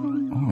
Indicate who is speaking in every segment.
Speaker 1: Oh,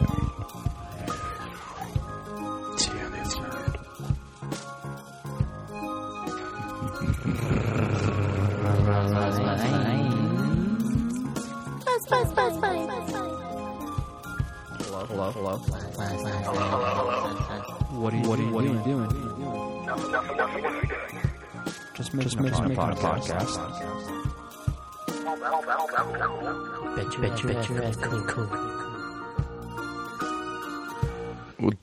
Speaker 2: I mean stay on the inside.
Speaker 3: Buzz, buzz, buzz, buzz, buzz, buzz.
Speaker 4: What are you, what are you, what doing? Are you doing? Just make just making a podcast.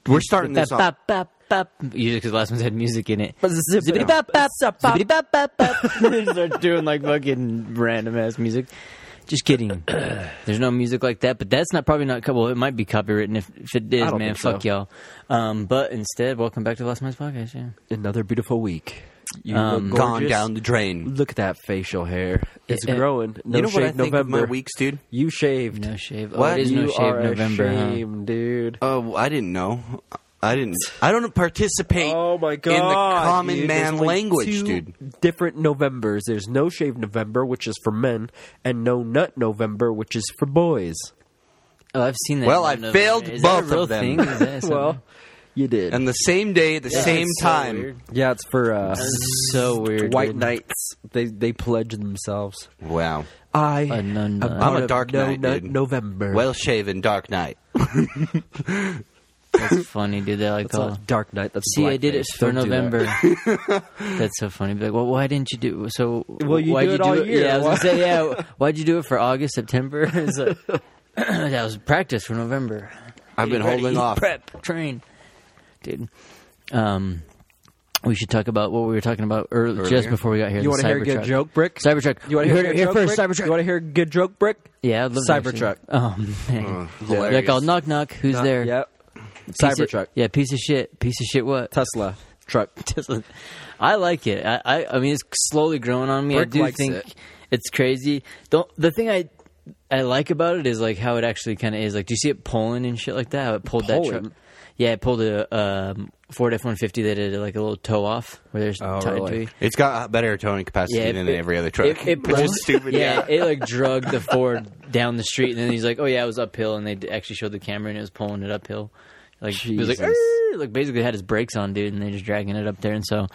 Speaker 5: We're starting this off.
Speaker 6: Bop, bop, bop. Usually because the last one's had music in it. Zippity bop, bop, zippity bop, bop, bop. They start doing like fucking random ass music. Just kidding. There's no music like that, but that's not probably not. co- Well, it might be copywritten. If, if it is,
Speaker 5: don't
Speaker 6: man,
Speaker 5: think so.
Speaker 6: fuck y'all. Um, but instead, welcome back to the Last Man's Podcast. Yeah,
Speaker 7: Another beautiful week. You
Speaker 6: Um,
Speaker 7: look
Speaker 5: Gone
Speaker 7: gorgeous.
Speaker 5: down the drain.
Speaker 7: Look at that facial hair. It's
Speaker 6: Eh, eh.
Speaker 7: growing. No
Speaker 5: you know
Speaker 7: shave
Speaker 5: what I think
Speaker 7: November.
Speaker 5: of my weeks, dude?
Speaker 7: You shaved.
Speaker 6: no shave. Oh,
Speaker 5: What?
Speaker 6: it is no
Speaker 7: you
Speaker 6: shave
Speaker 7: are
Speaker 6: November. huh?
Speaker 7: ashamed, dude.
Speaker 5: Oh, I didn't know. I didn't. I don't participate.
Speaker 7: Oh my god!
Speaker 5: In the common
Speaker 7: dude.
Speaker 5: man
Speaker 7: There's like
Speaker 5: language,
Speaker 7: two
Speaker 5: dude.
Speaker 7: Different Novembers. There's no shave November, which is for men, and no nut November, which is for boys.
Speaker 6: Oh, I've seen that.
Speaker 5: Well,
Speaker 6: in
Speaker 5: I
Speaker 6: November.
Speaker 5: failed
Speaker 6: Is that a
Speaker 5: both
Speaker 6: real
Speaker 5: of them.
Speaker 6: thing? Is that something?
Speaker 7: Well, you did.
Speaker 5: And the same day, the same
Speaker 6: it's so
Speaker 5: time.
Speaker 6: weird.
Speaker 7: yeah, it's for uh,
Speaker 6: That's so weird.
Speaker 7: white
Speaker 6: dude.
Speaker 7: knights. They they pledge themselves.
Speaker 5: wow.
Speaker 7: I
Speaker 6: A nun-
Speaker 7: am
Speaker 6: I'm
Speaker 7: part
Speaker 5: a
Speaker 7: of
Speaker 5: dark
Speaker 7: no
Speaker 5: knight,
Speaker 7: nut
Speaker 5: dude.
Speaker 7: November.
Speaker 5: Well shaven, dark night.
Speaker 6: That's funny, dude. They like
Speaker 7: That's
Speaker 6: all.
Speaker 7: not Dark Knight. That's
Speaker 6: See, I did it
Speaker 7: blackface.
Speaker 6: for
Speaker 7: Don't do that.
Speaker 6: November. That's so funny. Be like, well, why didn't you do so?
Speaker 7: Well, you
Speaker 6: why'd
Speaker 7: do it all year.
Speaker 6: Yeah, I was gonna
Speaker 7: Why-
Speaker 6: say, yeah. Why'd you do it for August, September? It's like, that was practice for November.
Speaker 5: I've been
Speaker 6: Get ready,
Speaker 5: holding
Speaker 6: eat,
Speaker 5: off.
Speaker 6: Prep, train, dude. Um, we should talk about what we were talking about earlier, just
Speaker 5: Earlier.
Speaker 6: before we got here.
Speaker 7: You
Speaker 6: want to
Speaker 7: hear a good joke, Brick?
Speaker 6: Cybertruck.
Speaker 7: You want to
Speaker 6: heard it here
Speaker 7: hear, a good joke,
Speaker 6: first.
Speaker 7: Brick?
Speaker 6: Cybertruck.
Speaker 7: You want to hear a good joke, Brick?
Speaker 6: yeah, I'd love to actually-
Speaker 7: Cybertruck.
Speaker 6: Oh man,
Speaker 5: hilarious.
Speaker 6: They're called knock knock. Who's
Speaker 7: Uh,
Speaker 6: there?
Speaker 7: Yep.
Speaker 6: Piece of-
Speaker 7: Cybertruck.
Speaker 6: Yeah, piece of shit. Piece of shit. What?
Speaker 7: Tesla truck.
Speaker 6: Tesla. I like it. I, I, I mean, it's slowly growing on me.
Speaker 7: Brick
Speaker 6: I do
Speaker 7: likes
Speaker 6: think
Speaker 7: it.
Speaker 6: it's crazy. Don't the thing I I like about it is like how it actually kind of is. Like, do you see it pulling and shit like that? How it pulled that
Speaker 7: Pulling?
Speaker 6: truck. Yeah, it pulled a um, Ford F one fifty that did like a little toe off where there's
Speaker 7: Oh,
Speaker 6: tied
Speaker 7: really?
Speaker 6: to. it.
Speaker 5: It's got uh, better towing capacity
Speaker 6: Yeah, it-
Speaker 5: than
Speaker 6: it-
Speaker 5: every other truck.
Speaker 6: It, it
Speaker 5: which
Speaker 6: pulled-
Speaker 5: is stupid.
Speaker 6: Yeah, it like drug the Ford down the street, and then he's like, "Oh yeah, it was uphill," and they d- actually showed the camera, and it was pulling it uphill. Like he was like,
Speaker 7: Jesus.
Speaker 6: "Arr!" like basically had his brakes on, dude, and they're just dragging it up there, and so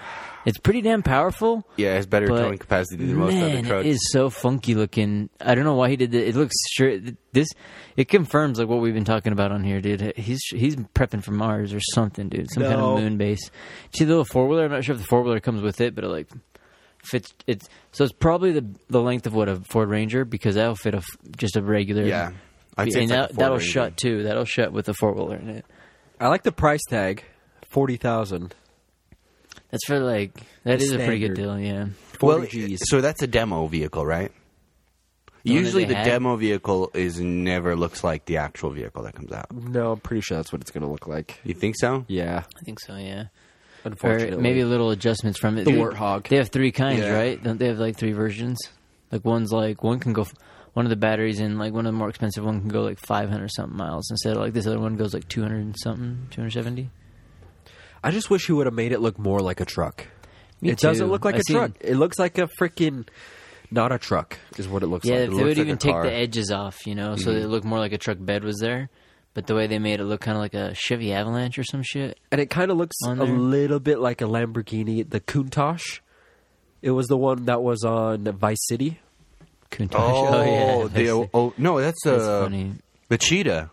Speaker 6: it's pretty damn powerful.
Speaker 5: Yeah, it has better
Speaker 6: But,
Speaker 5: towing capacity than most
Speaker 6: man,
Speaker 5: other trucks.
Speaker 6: it is so funky looking. I don't know why he did that. It looks sure this. It confirms like what we've been talking about on here, dude. He's he's prepping for Mars or something, dude. Some kind
Speaker 7: No.
Speaker 6: of moon base. See the little four wheeler. I'm not sure if the four wheeler comes with it, but it like fits. It's so it's probably the the length of what a Ford Ranger because that'll fit a f- just a regular.
Speaker 5: Yeah. I'd say
Speaker 6: and
Speaker 5: it's like a
Speaker 6: that,
Speaker 5: Ford
Speaker 6: that'll
Speaker 5: Ranger.
Speaker 6: shut too. That'll shut with a four wheeler in it.
Speaker 7: I like the price tag. Forty thousand.
Speaker 6: That's for like that
Speaker 7: The
Speaker 6: is a pretty good deal.
Speaker 7: standard.
Speaker 6: Yeah.
Speaker 5: Well,
Speaker 7: 40 Gs.
Speaker 5: so that's a demo vehicle, right?
Speaker 6: The one that
Speaker 5: Usually,
Speaker 6: they
Speaker 5: the
Speaker 6: had?
Speaker 5: demo vehicle is never looks like the actual vehicle that comes out.
Speaker 7: No, I'm pretty sure that's what it's going to look like.
Speaker 5: You think so?
Speaker 7: Yeah.
Speaker 6: I think so. Yeah.
Speaker 7: Unfortunately,
Speaker 6: Or maybe little adjustments from it.
Speaker 7: The
Speaker 6: Dude,
Speaker 7: Warthog.
Speaker 6: They have three kinds,
Speaker 5: Yeah.
Speaker 6: right? Don't they have like three versions? Like one's like one can go, f- one of the batteries in like one of the more expensive one can go like five hundred something miles instead of like this other one goes like two hundred something, two hundred seventy.
Speaker 7: I just wish he would have made it look more like a truck.
Speaker 6: Me
Speaker 7: it doesn't
Speaker 6: too.
Speaker 7: look like
Speaker 6: I
Speaker 7: a
Speaker 6: seen-
Speaker 7: truck. It looks like a freaking not a truck is what it looks
Speaker 6: Yeah,
Speaker 7: like.
Speaker 6: if
Speaker 7: It
Speaker 6: they
Speaker 7: looks
Speaker 6: would
Speaker 7: like
Speaker 6: even
Speaker 7: a
Speaker 6: take
Speaker 7: car. Mm-hmm.
Speaker 6: the edges off, you know, so they look more like a truck bed was there. But the way they made it look kind of like a Chevy Avalanche or some shit.
Speaker 7: and it kind of looks a
Speaker 6: on there.
Speaker 7: little bit like a Lamborghini, the Countach. It was the one that was on Vice City.
Speaker 6: Couldn't touch it.
Speaker 5: Oh,
Speaker 6: yeah,
Speaker 5: the,
Speaker 6: that's-
Speaker 5: oh no, that's,
Speaker 6: that's
Speaker 5: uh,
Speaker 6: funny.
Speaker 5: the cheetah.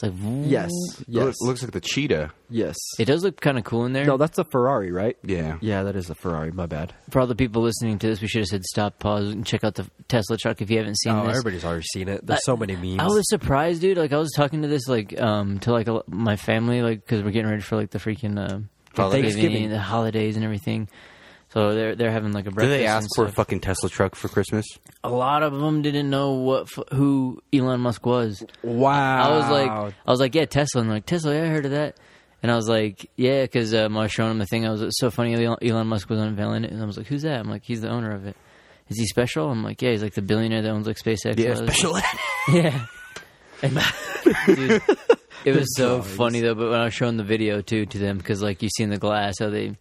Speaker 6: It's like
Speaker 7: Yes, yes,
Speaker 5: Look- looks like the cheetah.
Speaker 7: yes.
Speaker 6: It does look kind of cool in there.
Speaker 7: no, that's a Ferrari, right?
Speaker 5: Yeah.
Speaker 7: yeah, that is a Ferrari. My bad.
Speaker 6: For all the people listening to this, we should have said stop, pause, and check out the Tesla truck if you haven't seen
Speaker 7: Oh,
Speaker 6: this.
Speaker 7: everybody's already seen it. There's so many memes.
Speaker 6: I was surprised, dude. Like I was talking to this, like um, to like a, my family, like because we're getting ready for like the freaking uh,
Speaker 5: Holidays.
Speaker 7: Thanksgiving.
Speaker 6: the holidays, and everything. So they're they're having like a
Speaker 5: Do
Speaker 6: breakfast.
Speaker 5: they ask
Speaker 6: and
Speaker 5: for a
Speaker 6: stuff.
Speaker 5: fucking Tesla truck for Christmas?
Speaker 6: a lot of them didn't know what f- who Elon Musk was.
Speaker 7: wow.
Speaker 6: I was like, I was like, yeah, Tesla. And they're like, Tesla, yeah, I heard of that. And I was like, yeah, because um, I was showing him the thing. I was it's so funny. Elon- Elon Musk was unveiling it, and I was like, who's that? I'm like, he's the owner of it. Is he special? I'm like, yeah, he's like the billionaire that owns like SpaceX. and all this.
Speaker 5: special.
Speaker 6: Yeah. And, dude, it was so funny though. But when I was showing the video too to them, because like you see in the glass how they.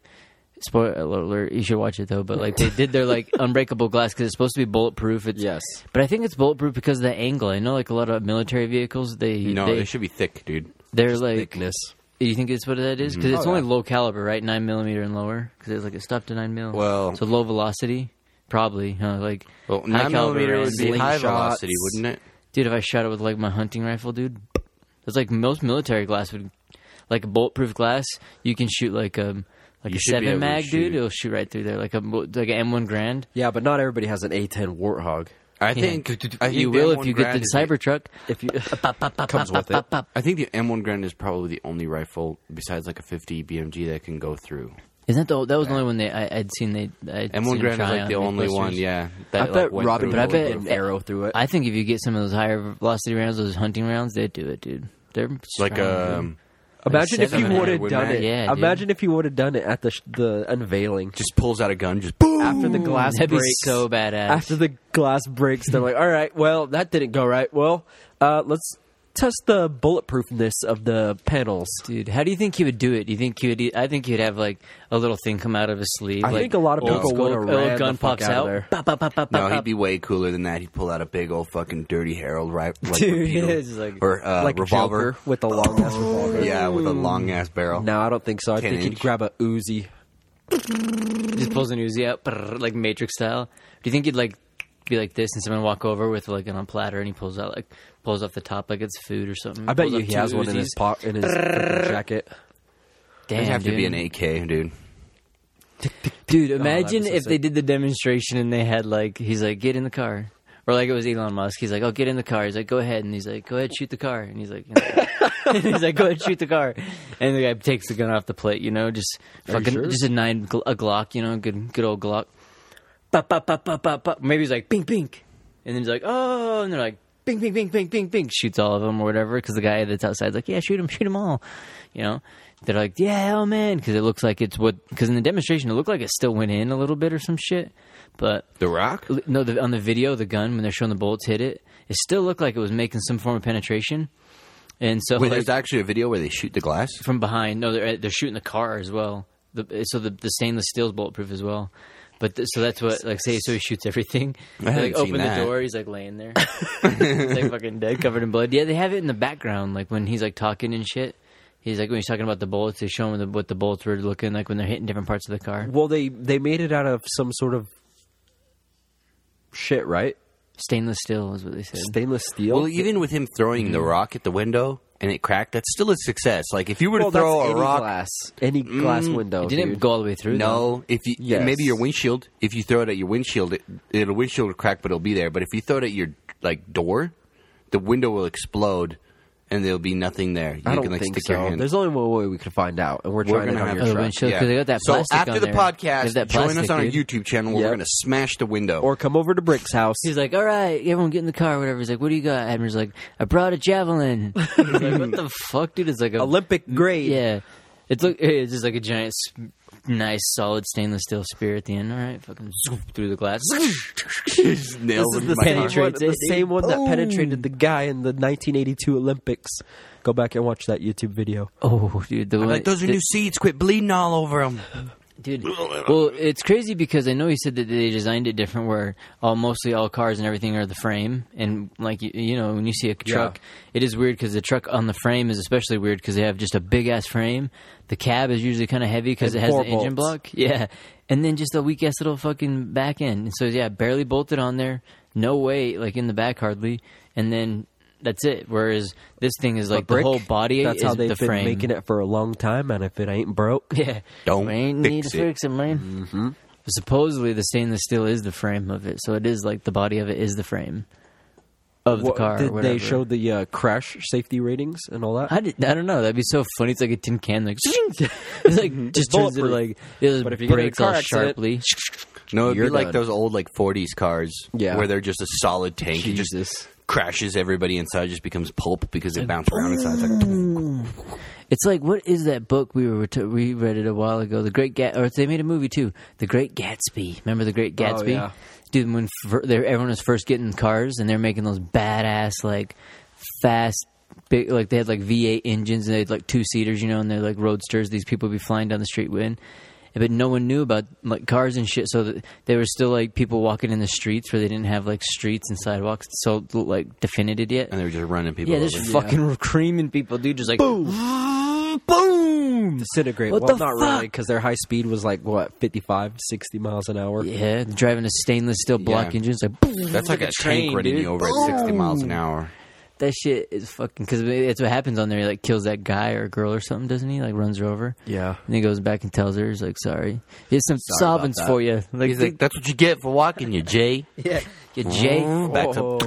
Speaker 6: Spoiler alert! You should watch it though. But like they did their like unbreakable glass because it's supposed to be bulletproof. It's,
Speaker 7: Yes.
Speaker 6: but I think it's bulletproof because of the angle. I know like a lot of military vehicles they
Speaker 5: No,
Speaker 6: they,
Speaker 5: they, should be thick, dude.
Speaker 6: they're like
Speaker 7: Thickness.
Speaker 6: You think it's what that is? Because
Speaker 5: Oh,
Speaker 6: it's only low caliber, right? Nine millimeter and lower. Because it's like it stopped to nine mil.
Speaker 5: Well-
Speaker 6: so low velocity, probably. Huh? Like
Speaker 5: Well,
Speaker 6: high
Speaker 5: nine
Speaker 6: caliber
Speaker 5: millimeter would
Speaker 6: rounds,
Speaker 5: be high
Speaker 6: slingshots.
Speaker 5: velocity, wouldn't it?
Speaker 6: Dude, if I shot it with like my hunting rifle, dude, it's like most military glass would, like a bulletproof glass. You can shoot like um like
Speaker 5: You
Speaker 6: a
Speaker 5: should be
Speaker 6: seven
Speaker 5: able to
Speaker 6: mag, dude.
Speaker 5: shoot.
Speaker 6: It'll shoot right through there, like a mo- like an M one Grand.
Speaker 7: Yeah, but not everybody has an A10 Warthog.
Speaker 6: Yeah.
Speaker 5: I
Speaker 6: Uh,
Speaker 5: think I think
Speaker 6: you
Speaker 5: the
Speaker 6: will
Speaker 5: M1
Speaker 6: if you get
Speaker 5: Grand
Speaker 6: the
Speaker 5: is
Speaker 6: Cybertruck.
Speaker 7: If you
Speaker 6: Comes
Speaker 7: with it.
Speaker 5: I think the M1 Grand is probably the only rifle besides like a 50 BMG that can go through.
Speaker 6: Isn't that the, that was the only one they I, I'd seen they I'd
Speaker 5: M1
Speaker 6: seen
Speaker 5: Grand is
Speaker 6: try
Speaker 5: like the
Speaker 6: on
Speaker 5: only
Speaker 6: blisters.
Speaker 5: one, yeah.
Speaker 7: I
Speaker 5: That,
Speaker 7: bet
Speaker 5: went
Speaker 7: Robin
Speaker 5: through
Speaker 6: I
Speaker 7: Hood
Speaker 5: bulletproof.
Speaker 6: bet-
Speaker 7: put an arrow through it.
Speaker 6: I think if you get some of those higher velocity rounds, those hunting rounds, they do it, dude. They're
Speaker 5: like
Speaker 6: strong,
Speaker 5: um,
Speaker 7: Imagine if you
Speaker 6: seven
Speaker 7: would have
Speaker 5: would
Speaker 7: done
Speaker 5: matter.
Speaker 7: it.
Speaker 6: Yeah, dude.
Speaker 7: Imagine if you would have done it at the sh- the unveiling.
Speaker 5: just pulls out a gun, just boom.
Speaker 7: after the glass
Speaker 6: That'd be
Speaker 7: breaks.
Speaker 6: so badass.
Speaker 7: After the glass breaks, they're like, "All right, well, that didn't go right. Well, uh, let's test the bulletproofness of the panels."
Speaker 6: dude, how do you think he would do it? Do you think he would? I think he'd have like a little thing come out of his sleeve.
Speaker 7: I
Speaker 6: like,
Speaker 7: think oh, a lot of
Speaker 6: old
Speaker 7: people
Speaker 6: school, old
Speaker 7: would've ran the
Speaker 6: gun
Speaker 7: fuck
Speaker 6: pops
Speaker 7: out of
Speaker 6: out.
Speaker 7: there.
Speaker 6: Pop, pop, pop, pop,
Speaker 5: No,
Speaker 6: pop,
Speaker 5: he'd be way cooler than that. He'd pull out a big old fucking dirty Harold rifle, like,
Speaker 6: Dude,
Speaker 5: repeater.
Speaker 6: it's like-
Speaker 5: or uh,
Speaker 7: like a
Speaker 5: revolver.
Speaker 7: Joker with a long ass revolver.
Speaker 5: Yeah, with a long ass barrel.
Speaker 7: No, I don't think so. I think
Speaker 5: Ten
Speaker 7: he'd
Speaker 5: inch.
Speaker 7: grab a Uzi.
Speaker 6: just pulls an Uzi out, brrr, like Matrix style. Do you think he'd like be like this, and someone walk over with like on a platter, and he pulls out like pulls off the top like it's food or something?
Speaker 7: I bet
Speaker 6: Pulls
Speaker 7: you
Speaker 6: out
Speaker 7: he
Speaker 6: two
Speaker 7: has one in his
Speaker 6: Uzis.
Speaker 7: pocket in his freaking jacket.
Speaker 6: Damn,
Speaker 5: It'd have to
Speaker 6: dude.
Speaker 5: be an AK, dude.
Speaker 6: Dude, imagine
Speaker 7: Oh, so
Speaker 6: if they
Speaker 7: sick.
Speaker 6: did the demonstration and they had like he's like get in the car, or like it was Elon Musk. He's like, oh, get in the car. He's like, go ahead, and he's like, go ahead, shoot the car, and he's like, and he's like, go ahead, shoot the car, and the guy takes the gun off the plate. You know, just fucking
Speaker 7: sure?
Speaker 6: just a nine gl- a Glock. You know, good good old Glock. Pop pop pop pop pop pop. Maybe he's like bink bink, and then he's like oh, and they're like. Bing, bing, bing, bing, bing, bing. Shoots all of them or whatever because the guy that's outside's like, yeah, shoot him, shoot them all. You know, they're like, yeah, oh man, because it looks like it's what because in the demonstration it looked like it still went in a little bit or some shit, but
Speaker 5: The Rock.
Speaker 6: l- no, the, on the video, the gun when they're showing the bullets hit it, it still looked like it was making some form of penetration. And so,
Speaker 5: Wait,
Speaker 6: like,
Speaker 5: there's actually a video where they shoot the glass.
Speaker 6: from behind, no, they're they're shooting the car as well. The, so the the stainless steel's bulletproof as well. But th- so that's what like say so he shoots everything. They,
Speaker 5: haven't
Speaker 6: like
Speaker 5: seen
Speaker 6: open
Speaker 5: that.
Speaker 6: the door, he's like laying there, he's like fucking dead, covered in blood. Yeah, they have it in the background, like when he's like talking and shit. He's like when he's talking about the bullets, they show him the, what the bullets were looking like when they're hitting different parts of the car.
Speaker 7: Well, they they made it out of some sort of shit, right?
Speaker 6: Stainless steel is what they said.
Speaker 7: Stainless steel.
Speaker 5: Well, even with him throwing the rock at the window and it cracked, that's still a success. Like if you were to
Speaker 7: Well, that's
Speaker 5: throw a
Speaker 7: any
Speaker 5: rock,
Speaker 7: glass, any glass window.
Speaker 6: it didn't
Speaker 7: dude.
Speaker 6: go all the way through. though.
Speaker 5: no. If you
Speaker 7: Yes.
Speaker 5: maybe your windshield, if you throw it at your windshield, it, it'll windshield will crack, but it'll be there. But if you throw it at your like door, the window will explode and there'll be nothing there. You
Speaker 7: I don't
Speaker 5: can like
Speaker 7: think
Speaker 5: stick
Speaker 7: so.
Speaker 5: your hand.
Speaker 7: There's only one way we could find out, and we're,
Speaker 5: We're
Speaker 7: trying to
Speaker 5: gonna have
Speaker 7: have
Speaker 5: to-
Speaker 7: your
Speaker 6: Oh, the
Speaker 7: truck.
Speaker 6: windshield,
Speaker 5: Yeah.
Speaker 6: 'cause they got that
Speaker 5: so
Speaker 6: plastic
Speaker 5: after
Speaker 6: on
Speaker 5: the
Speaker 6: there.
Speaker 5: podcast,
Speaker 6: There's that
Speaker 5: join us
Speaker 6: plastic,
Speaker 5: on our
Speaker 6: dude.
Speaker 5: YouTube channel. We're
Speaker 7: Yep.
Speaker 5: going to smash the window.
Speaker 7: Or come over to Brick's house.
Speaker 6: He's like, all right, everyone get in the car, whatever. He's like, what do you got? Admiral's like, I brought a javelin. He's like, what the fuck, dude? It's like a
Speaker 7: Olympic grade.
Speaker 6: Yeah, it's like it's just like a giant, s- nice, solid stainless steel spear at the end. All right, fucking zoom through the glass.
Speaker 5: Just nails
Speaker 7: This is
Speaker 5: it
Speaker 7: the
Speaker 5: in my car.
Speaker 7: same, one,
Speaker 6: Penetrates
Speaker 7: the
Speaker 6: it.
Speaker 7: same one that
Speaker 6: Boom.
Speaker 7: penetrated the guy in the 1982 Olympics. Go back and watch that YouTube video.
Speaker 6: Oh, dude, the one,
Speaker 5: Like those are
Speaker 6: the-
Speaker 5: new seats. Quit bleeding all over them.
Speaker 6: dude. Well, it's crazy because I know he said that they designed it different, where all mostly all cars and everything are the frame, and like you, you know when you see a truck, it is weird because the truck on the frame is especially weird because they have just a big ass frame. The cab is usually kind of heavy because
Speaker 7: And
Speaker 6: it has
Speaker 7: four
Speaker 6: the engine block,
Speaker 7: bolts.
Speaker 6: yeah, and then just a weak ass little fucking back end. And so yeah, barely bolted on there, no weight like in the back hardly, and then. That's it. Whereas this thing is like
Speaker 7: Brick,
Speaker 6: the whole body
Speaker 7: That's
Speaker 6: is
Speaker 7: how they've
Speaker 6: the
Speaker 7: been
Speaker 6: frame.
Speaker 7: making it for a long time, and if it ain't broke,
Speaker 6: Yeah.
Speaker 5: Don't
Speaker 6: We ain't
Speaker 5: fix
Speaker 6: need to
Speaker 5: it.
Speaker 6: fix it, man. Mm-hmm. Supposedly, the stainless steel is the frame of it, so it is like the body of it is the frame of the
Speaker 7: What-
Speaker 6: car. or
Speaker 7: did
Speaker 6: whatever.
Speaker 7: they show the uh, crash safety ratings and all that?
Speaker 6: I, did, I don't know. That'd be so funny. It's like a tin can, like it's like just turns into
Speaker 7: bulletproof.
Speaker 6: like it just
Speaker 7: But if you get in a
Speaker 6: breaks
Speaker 7: car
Speaker 6: all
Speaker 7: accident-
Speaker 6: sharply.
Speaker 5: No, it'd
Speaker 7: You're
Speaker 5: be like
Speaker 7: done.
Speaker 5: those old like '40s cars,
Speaker 7: Yeah.
Speaker 5: where they're just a solid tank. It
Speaker 7: Jesus.
Speaker 5: just crashes everybody inside, just becomes pulp because it bounced around inside. It's like,
Speaker 6: It's like what is that book we were t- we read it a while ago? The Great Gat, or they made a movie too. The Great Gatsby. Remember the Great
Speaker 5: Oh,
Speaker 6: Gatsby?
Speaker 7: yeah.
Speaker 6: Dude, when fir- they're- everyone was first getting cars and they're making those badass like fast, big, like they had like V8 engines and they had like two seaters, you know, and they're like roadsters. These people would be flying down the street with. But no one knew about like cars and shit, so that they were still like people walking in the streets where they didn't have like streets and sidewalks so like definited yet.
Speaker 5: and they were just running people.
Speaker 6: Yeah,
Speaker 5: over.
Speaker 6: they're just fucking creaming people, dude. Just like boom, boom.
Speaker 7: Disintegrate.
Speaker 6: What
Speaker 7: well,
Speaker 6: the
Speaker 7: not really,
Speaker 6: fuck?
Speaker 7: because their high speed was like, what, 55, 60 miles an hour?
Speaker 6: Yeah, driving a stainless steel block
Speaker 5: Yeah.
Speaker 6: engine. It's like boom.
Speaker 5: That's like, a,
Speaker 7: like a
Speaker 5: tank
Speaker 7: train,
Speaker 5: running
Speaker 7: dude.
Speaker 5: you over at sixty miles an hour.
Speaker 6: that shit is fucking. Because it's what happens on there. He like kills that guy or girl or something, doesn't he? Like runs her over.
Speaker 7: Yeah.
Speaker 6: And he goes back and tells her, he's like, sorry. Here's some
Speaker 5: about
Speaker 6: solvents
Speaker 5: that.
Speaker 6: for you. Like,
Speaker 5: He's like, that's what you get for walking, you Jay.
Speaker 6: yeah. Oh. You Jay.
Speaker 5: Back to
Speaker 6: Get out,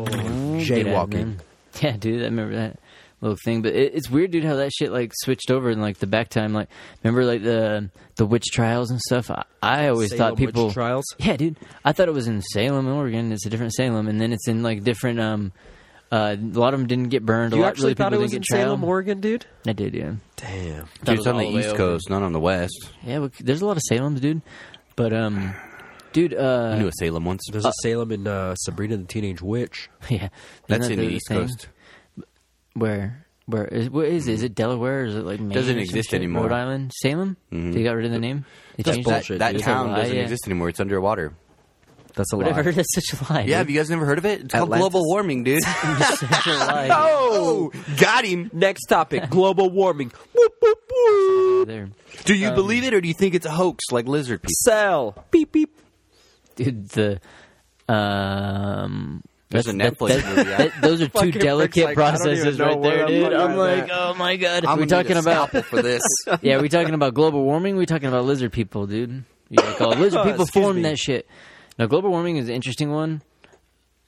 Speaker 5: jaywalking.
Speaker 6: man. Yeah, dude, I remember that little thing. But it, it's weird, dude, how that shit like switched over and like the back time. Like, remember like the the witch trials and stuff. I, I always
Speaker 7: Salem
Speaker 6: thought people
Speaker 7: witch trials?
Speaker 6: Yeah, dude, I thought it was in Salem, Oregon. It's a different Salem, and then it's in like different. um uh, a lot of them didn't get burned. a
Speaker 7: You
Speaker 6: lot
Speaker 7: actually
Speaker 6: of people
Speaker 7: thought it
Speaker 6: didn't
Speaker 7: was
Speaker 6: get
Speaker 7: in
Speaker 6: trial.
Speaker 7: Salem, Oregon, dude?
Speaker 6: I did, yeah.
Speaker 7: Damn.
Speaker 5: Dude,
Speaker 6: was
Speaker 5: it's on
Speaker 6: all
Speaker 5: the
Speaker 6: the way
Speaker 5: East
Speaker 6: over.
Speaker 5: Coast, not on the West.
Speaker 6: Yeah, well, there's a lot of Salems, dude. But um, dude,
Speaker 5: I
Speaker 6: uh,
Speaker 5: knew a Salem once.
Speaker 7: There's a Salem in uh, Sabrina the Teenage Witch.
Speaker 6: yeah,
Speaker 5: That's
Speaker 6: isn't
Speaker 5: in
Speaker 6: that
Speaker 5: the East
Speaker 6: thing?
Speaker 5: Coast.
Speaker 6: Where? Where is what is it? Is it Delaware? Or is it like Maine
Speaker 5: Doesn't
Speaker 6: or some
Speaker 5: exist
Speaker 6: shit?
Speaker 5: anymore. Mm-hmm.
Speaker 6: Rhode Island, Salem. They got rid of the name. They
Speaker 7: That's
Speaker 6: changed
Speaker 5: That,
Speaker 7: bullshit,
Speaker 5: that
Speaker 7: dude.
Speaker 5: town
Speaker 6: It's a lie,
Speaker 5: doesn't
Speaker 6: yeah.
Speaker 5: exist anymore. It's underwater.
Speaker 7: That's
Speaker 6: That.
Speaker 7: a
Speaker 6: Whatever.
Speaker 7: lie.
Speaker 6: That's such a lie.
Speaker 5: Yeah, have
Speaker 6: dude.
Speaker 5: you guys never heard of it? It's
Speaker 7: Atlantis.
Speaker 5: called global warming, dude.
Speaker 6: such a lie.
Speaker 5: oh, got him.
Speaker 7: Next topic: global warming. Whoop, whoop, whoop.
Speaker 6: There.
Speaker 5: Do you believe it or do you think it's a hoax like lizard people?
Speaker 7: Sell. Beep beep.
Speaker 6: dude. The um.
Speaker 5: There's
Speaker 6: that's-
Speaker 5: a
Speaker 6: that-
Speaker 5: Netflix
Speaker 6: that-
Speaker 5: movie out.
Speaker 6: that- those are two
Speaker 7: Fucking
Speaker 6: delicate
Speaker 7: Rick's like, I don't even
Speaker 6: processes
Speaker 7: know
Speaker 6: right
Speaker 7: where
Speaker 6: there,
Speaker 7: I'm
Speaker 6: dude.
Speaker 7: looking
Speaker 6: I'm
Speaker 7: at
Speaker 6: like,
Speaker 7: that.
Speaker 6: oh my god.
Speaker 5: I'm
Speaker 6: we're
Speaker 5: gonna need
Speaker 6: talking
Speaker 5: a
Speaker 6: about
Speaker 5: scalpel for this.
Speaker 6: yeah, we talking about global warming. We talking about lizard people, dude. You like, oh, lizard people
Speaker 7: Excuse
Speaker 6: form
Speaker 7: me.
Speaker 6: that shit. Now, global warming is an interesting one.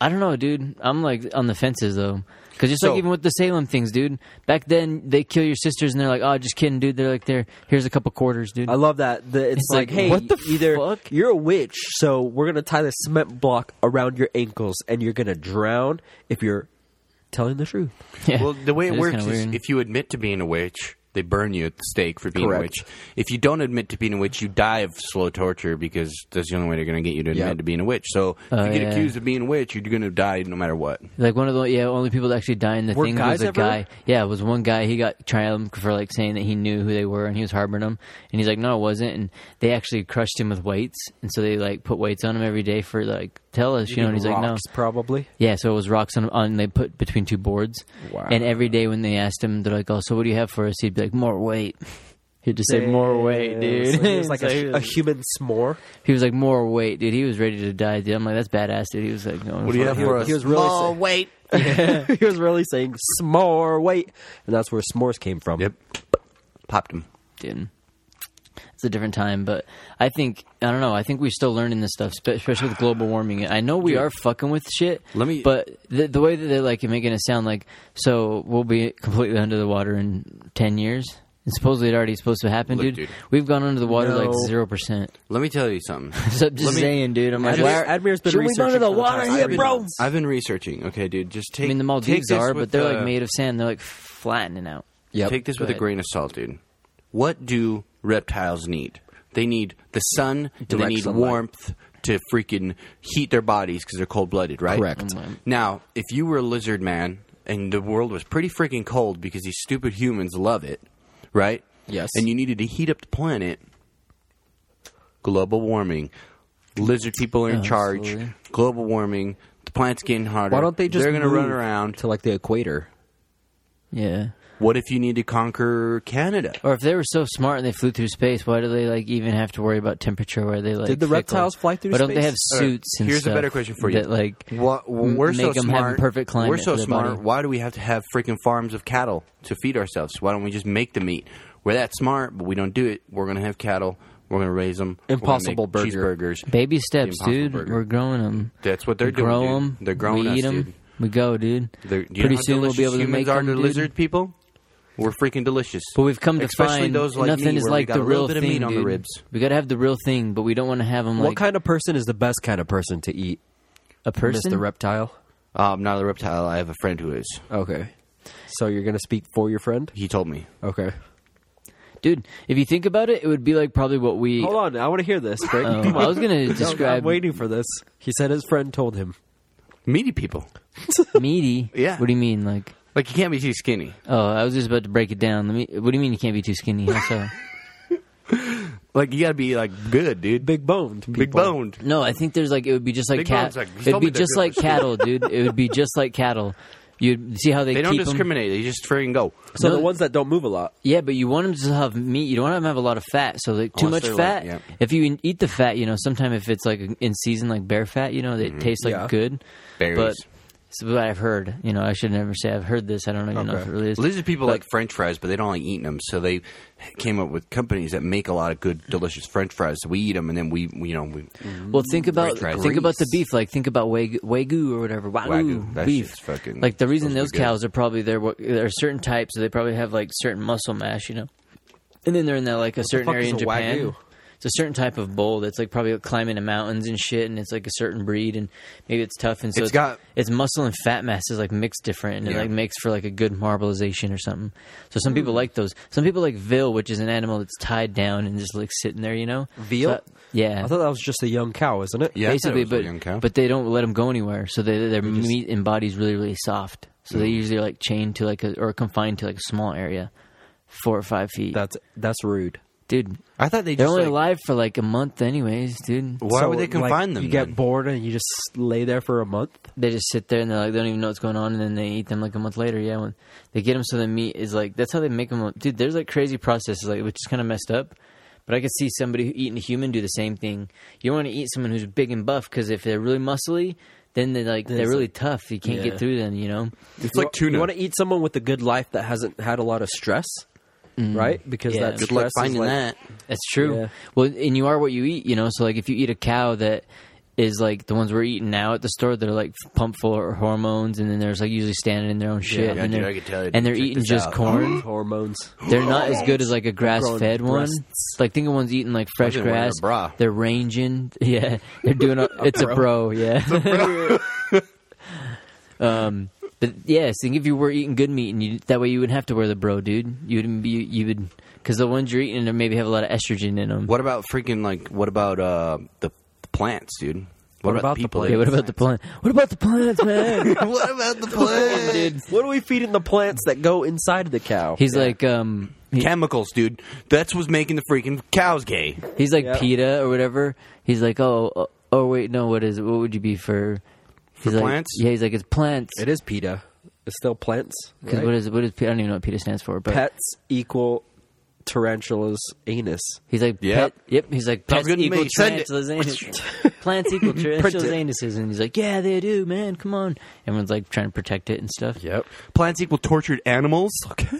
Speaker 6: I don't know, dude. I'm like on the fences though, because just
Speaker 5: So-
Speaker 6: like even with the Salem things, dude. Back then, they kill your sisters, and they're like, "Oh, just kidding, dude." They're like, "There, here's a couple quarters, dude."
Speaker 7: I love that. The, it's,
Speaker 6: It's
Speaker 7: like,
Speaker 6: like,
Speaker 7: hey,
Speaker 6: what the
Speaker 7: either
Speaker 6: fuck?
Speaker 7: you're a witch, so we're gonna tie this cement block around your ankles, and you're gonna drown if you're telling the truth.
Speaker 6: Yeah.
Speaker 5: Well, the way it
Speaker 6: That is
Speaker 5: works
Speaker 6: kinda
Speaker 5: is
Speaker 6: weird.
Speaker 5: if you admit to being a witch, they burn you at the stake for being
Speaker 7: Correct.
Speaker 5: a witch. If you don't admit to being a witch, you die of slow torture because that's the only way they're going to get you to admit
Speaker 7: Yep.
Speaker 5: to being a witch. So
Speaker 6: Oh,
Speaker 5: if you get
Speaker 6: yeah.
Speaker 5: accused of being a witch, you're going to die no matter what.
Speaker 6: like one of the yeah only people that actually die in the
Speaker 7: Were
Speaker 6: thing
Speaker 7: guys
Speaker 6: was a
Speaker 7: ever-
Speaker 6: guy. Yeah, it was one guy. He got triumphed for like saying that he knew who they were and he was harboring them. And he's like, no, I wasn't. And they actually crushed him with weights. And so they like put weights on him every day for like tell us, you, know. And he's like, no,
Speaker 7: Rocks, probably.
Speaker 6: yeah, so it was rocks on, on they put between two boards.
Speaker 7: Wow.
Speaker 6: And every day when they asked him, they're like, "Oh, so what do you have for us?" He'd be like, "More weight." He'd just say, "More weight, dude."
Speaker 7: So it's like
Speaker 6: So he
Speaker 7: a, a
Speaker 6: was-
Speaker 7: human s'more.
Speaker 6: he was like, "More weight, dude." He was ready to die, dude. I'm like, "That's badass, dude." He was like, no,
Speaker 5: What do you have for us?
Speaker 7: he was really
Speaker 5: Small
Speaker 7: sick.
Speaker 5: weight.
Speaker 7: he was really saying s'more wait, and that's where s'mores came from.
Speaker 5: Yep. Popped him.
Speaker 6: dude. It's a different time, but I think I don't know. I think we're still learning this stuff, spe- especially with global warming. I know we are fucking with shit.
Speaker 5: Let me-
Speaker 6: but the, the way that they're like making it sound like so we'll be completely under the water in ten years. And supposedly it already supposed to happen,
Speaker 5: Look,
Speaker 6: dude.
Speaker 5: dude.
Speaker 6: We've gone under the water
Speaker 7: No.
Speaker 6: like zero percent.
Speaker 5: Let me tell you something.
Speaker 6: So I'm just
Speaker 5: Let me-
Speaker 6: saying, dude. I'm like,
Speaker 7: Admir-
Speaker 6: why are-
Speaker 7: Admir's been
Speaker 6: should we go
Speaker 7: researching
Speaker 6: under the
Speaker 7: for the
Speaker 6: water
Speaker 7: past
Speaker 6: here,
Speaker 7: I've been-
Speaker 6: bro?
Speaker 5: I've been researching. Okay, dude, just take.
Speaker 6: I mean, the
Speaker 5: take
Speaker 6: Maldives
Speaker 5: this
Speaker 6: are,
Speaker 5: with uh,
Speaker 6: but they're
Speaker 5: a-
Speaker 6: like made of sand. They're like flattening out.
Speaker 7: Yep.
Speaker 5: Take this
Speaker 6: Go
Speaker 5: with a
Speaker 6: ahead.
Speaker 5: grain of salt, dude. What do reptiles need? They need the sun and they
Speaker 7: Direct
Speaker 5: need
Speaker 7: sunlight.
Speaker 5: warmth to freaking heat their bodies because they're cold blooded, right?
Speaker 7: Correct.
Speaker 6: Oh Mm-hmm.
Speaker 5: Now, if you were a lizard man and the world was pretty freaking cold because these stupid humans love it, right?
Speaker 7: Yes.
Speaker 5: And you needed to heat up the planet, global warming. Lizard people are in charge.
Speaker 6: Absolutely.
Speaker 5: Global warming. The planet's getting hotter.
Speaker 7: Why don't they just
Speaker 5: They're gonna run
Speaker 7: move
Speaker 5: around.
Speaker 7: to like the equator?
Speaker 6: Yeah.
Speaker 5: What if you need to conquer Canada?
Speaker 6: Or if they were so smart and they flew through space, why do they like even have to worry about temperature? Where they like
Speaker 7: Did the
Speaker 6: fickle?
Speaker 7: reptiles fly through
Speaker 6: Why don't they
Speaker 7: space?
Speaker 6: have suits? and
Speaker 5: Here's
Speaker 6: stuff
Speaker 5: a better question for you.
Speaker 6: That like
Speaker 5: Wha-
Speaker 6: m-
Speaker 5: we're so
Speaker 6: make them
Speaker 5: smart.
Speaker 6: have perfect climate.
Speaker 5: We're so
Speaker 6: for their
Speaker 5: smart.
Speaker 6: body.
Speaker 5: Why do we have to have freaking farms of cattle to feed ourselves? Why don't we just make the meat? We're that smart, but we don't do it. We're gonna have cattle. We're gonna raise them.
Speaker 7: Impossible
Speaker 5: we're gonna make
Speaker 7: burger.
Speaker 5: cheeseburgers.
Speaker 6: Baby steps,
Speaker 5: Impossible
Speaker 6: dude.
Speaker 5: burger.
Speaker 6: We're growing them.
Speaker 5: That's what they're
Speaker 6: we
Speaker 5: doing.
Speaker 6: grow
Speaker 5: dude.
Speaker 6: them.
Speaker 5: They're growing
Speaker 6: we
Speaker 5: us,
Speaker 6: eat them.
Speaker 5: dude.
Speaker 6: We go, dude.
Speaker 5: They're, you
Speaker 6: Pretty
Speaker 5: know how
Speaker 6: soon we'll be
Speaker 5: delicious
Speaker 6: able to
Speaker 5: humans
Speaker 6: make
Speaker 5: are
Speaker 6: them,
Speaker 5: to
Speaker 6: dude.
Speaker 5: lizard people. We're freaking delicious.
Speaker 6: But we've come to
Speaker 5: Especially
Speaker 6: find
Speaker 5: those like
Speaker 6: nothing
Speaker 5: me,
Speaker 6: is
Speaker 5: where we
Speaker 6: like
Speaker 5: got
Speaker 6: the
Speaker 5: a
Speaker 6: real
Speaker 5: little bit of
Speaker 6: thing,
Speaker 5: meat on
Speaker 6: dude.
Speaker 5: the ribs.
Speaker 6: We got to have the real thing, but we don't want to have them like
Speaker 7: what kind of person is the best kind of person to eat?
Speaker 6: a person.
Speaker 7: Mr. Reptile.
Speaker 5: Um, not a reptile. I have a friend who is.
Speaker 7: Okay. So you're gonna speak for your friend?
Speaker 5: He told me.
Speaker 7: Okay.
Speaker 6: dude, if you think about it, it would be like probably what we.
Speaker 7: Hold on, I want to hear this. Greg.
Speaker 6: Oh,
Speaker 7: Come on.
Speaker 6: I was gonna
Speaker 7: No, I'm
Speaker 6: describe
Speaker 7: waiting for this. He said his friend told him.
Speaker 5: Meaty people.
Speaker 6: meaty.
Speaker 5: Yeah.
Speaker 6: What do you mean, like?
Speaker 5: Like you can't be too skinny.
Speaker 6: Oh, I was just about to break it down. Let me. What do you mean you can't be too skinny? How so?
Speaker 5: Like you gotta be like good, dude.
Speaker 7: Big boned.
Speaker 5: Big boned.
Speaker 6: No, I think there's like it would be just like
Speaker 5: Big
Speaker 6: cat.
Speaker 5: Bone's like,
Speaker 6: it'd
Speaker 5: "Tell me
Speaker 6: be
Speaker 5: they're
Speaker 6: just
Speaker 5: good
Speaker 6: like
Speaker 5: for school."
Speaker 6: cattle, dude. It would be just like cattle. You'd see how they,
Speaker 5: They don't
Speaker 6: keep 'em?
Speaker 5: discriminate. They just freaking go.
Speaker 7: So
Speaker 6: No.
Speaker 7: the ones that don't move a lot.
Speaker 6: Yeah, but you want them to have meat. You don't want them to have a lot of fat. So like too
Speaker 5: Unless
Speaker 6: much
Speaker 5: they're,
Speaker 6: fat.
Speaker 5: like, yeah.
Speaker 6: If you eat the fat, you know, sometime if it's like in season, like bear fat, you know, it tastes like
Speaker 7: Yeah.
Speaker 6: good.
Speaker 5: Mm-hmm. Berries.
Speaker 6: But it's what I've heard. You know, I should never say I've heard this. I don't even know if it really is.
Speaker 5: Lizard people like French fries, but they don't like eating them. So they came up with companies that make a lot of good, delicious French fries. So we eat them, and then we, we you know, we
Speaker 6: Well, think about
Speaker 5: Great
Speaker 6: think about the
Speaker 5: rice.
Speaker 6: beef. Like think about wag- wagyu or whatever wagyu,
Speaker 5: Wagyu. That
Speaker 6: beef.
Speaker 5: shit's fucking-
Speaker 6: like the reason those
Speaker 5: supposed to be good.
Speaker 6: cows are probably there. wa- There are certain types, so they probably have like certain muscle mass, you know. And then they're in that like a certain
Speaker 7: fuck
Speaker 6: area
Speaker 7: is
Speaker 6: in
Speaker 7: a
Speaker 6: Japan.
Speaker 7: wagyu?
Speaker 6: It's a certain type of bull that's like probably climbing the mountains and shit, and it's like a certain breed, and maybe it's tough, and so
Speaker 5: It's
Speaker 6: it's,
Speaker 5: got-
Speaker 6: its muscle and fat mass is like mixed different, and it
Speaker 5: Yeah.
Speaker 6: like makes for like a good marbleization or something. So some people like those. Some people like veal, which is an animal that's tied down and just like sitting there, you know.
Speaker 7: Veal?
Speaker 6: So- yeah,
Speaker 7: I thought that was just a young cow, isn't it?
Speaker 5: yeah, I thought
Speaker 6: basically,
Speaker 5: it was a
Speaker 6: but
Speaker 5: young cow.
Speaker 6: but they don't let them go anywhere, so they, their meat and body's really really soft. So they usually are, like chained to like a, or confined to like a small area, four or five feet.
Speaker 7: That's that's rude.
Speaker 6: dude,
Speaker 5: I thought they
Speaker 6: they're
Speaker 5: just
Speaker 6: only
Speaker 5: like,
Speaker 6: alive for like a month, anyways, dude.
Speaker 5: Why
Speaker 7: So,
Speaker 5: would they
Speaker 7: like,
Speaker 5: confine them?
Speaker 7: You
Speaker 5: then?
Speaker 7: get bored and you just lay there for a month.
Speaker 6: They just sit there and they're like they don't even know what's going on, and then they eat them like a month later. Yeah, when they get them, so the meat is like that's how they make them. Dude, there's like crazy processes, like which is kind of messed up. But I could see somebody who- eating a human do the same thing. You don't want to eat someone who's big and buff because if they're really muscly, then they're like they're
Speaker 7: it's
Speaker 6: really tough. You can't
Speaker 7: yeah.
Speaker 6: get through them, you know.
Speaker 5: it's
Speaker 7: You
Speaker 5: like
Speaker 7: wa-
Speaker 5: tuna.
Speaker 7: You want to eat someone with a good life that hasn't had a lot of stress, right? Because
Speaker 6: Yeah.
Speaker 7: that
Speaker 5: Mm. Good
Speaker 7: stress
Speaker 5: luck
Speaker 7: is
Speaker 5: finding
Speaker 7: like-
Speaker 5: that.
Speaker 6: That's true.
Speaker 7: Yeah.
Speaker 6: Well, and you are what you eat, you know. So like, if you eat a cow that is like the ones we're eating now at the store, they're like pumped full of hormones, and then there's like usually standing in their own shit,
Speaker 5: Yeah,
Speaker 6: and
Speaker 5: dude,
Speaker 6: they're
Speaker 5: I could tell you,
Speaker 6: and
Speaker 5: dude,
Speaker 6: they're
Speaker 5: check
Speaker 6: eating
Speaker 5: this
Speaker 6: just
Speaker 5: out.
Speaker 6: corn.
Speaker 7: hormones.
Speaker 6: They're not as good as like a grass fed
Speaker 7: Growing
Speaker 6: one.
Speaker 7: breasts.
Speaker 6: Like think of ones eating like fresh
Speaker 5: Imagine wearing
Speaker 6: grass.
Speaker 5: a bra.
Speaker 6: They're ranging. Yeah, they're doing. A, it's a bro. Yeah. um. But yes, think if you were eating good meat, and you, that way you wouldn't have to wear the bro, dude. You wouldn't be. You would because the ones you're eating, they maybe have a lot of estrogen in them.
Speaker 5: What about freaking like? What about uh the plants, dude? What,
Speaker 7: about the
Speaker 5: people?
Speaker 7: plants?
Speaker 6: Yeah, what about the plant? What about the plants, man?
Speaker 5: what about the plants?
Speaker 7: What are we feeding the plants that go inside the cow?
Speaker 6: He's like, um, he-
Speaker 5: Chemicals, dude. That's what's making the freaking cows gay.
Speaker 6: he's like
Speaker 7: Yeah.
Speaker 6: PETA or whatever. He's like, oh, oh, oh, wait, no, what is? What would you be for?
Speaker 5: For
Speaker 6: He's like-
Speaker 5: plants?
Speaker 6: yeah, he's like, it's plants.
Speaker 7: it is PETA. It's still plants.
Speaker 6: 'Cause
Speaker 7: right?
Speaker 6: what is? What is? PETA? I don't even know what PETA stands for. But
Speaker 7: Pets equal tarantula's anus.
Speaker 6: he's like,
Speaker 5: Yep.
Speaker 6: pet, yep. He's like,
Speaker 5: Sounds
Speaker 6: pets
Speaker 5: good to
Speaker 6: equal
Speaker 5: me. Send it.
Speaker 6: tarantulas' anuses. plants equal tarantulas' anuses, and he's like, yeah, they do, man. Come on. Everyone's like trying to protect it and stuff.
Speaker 7: Yep.
Speaker 5: Plants equal tortured animals. Okay.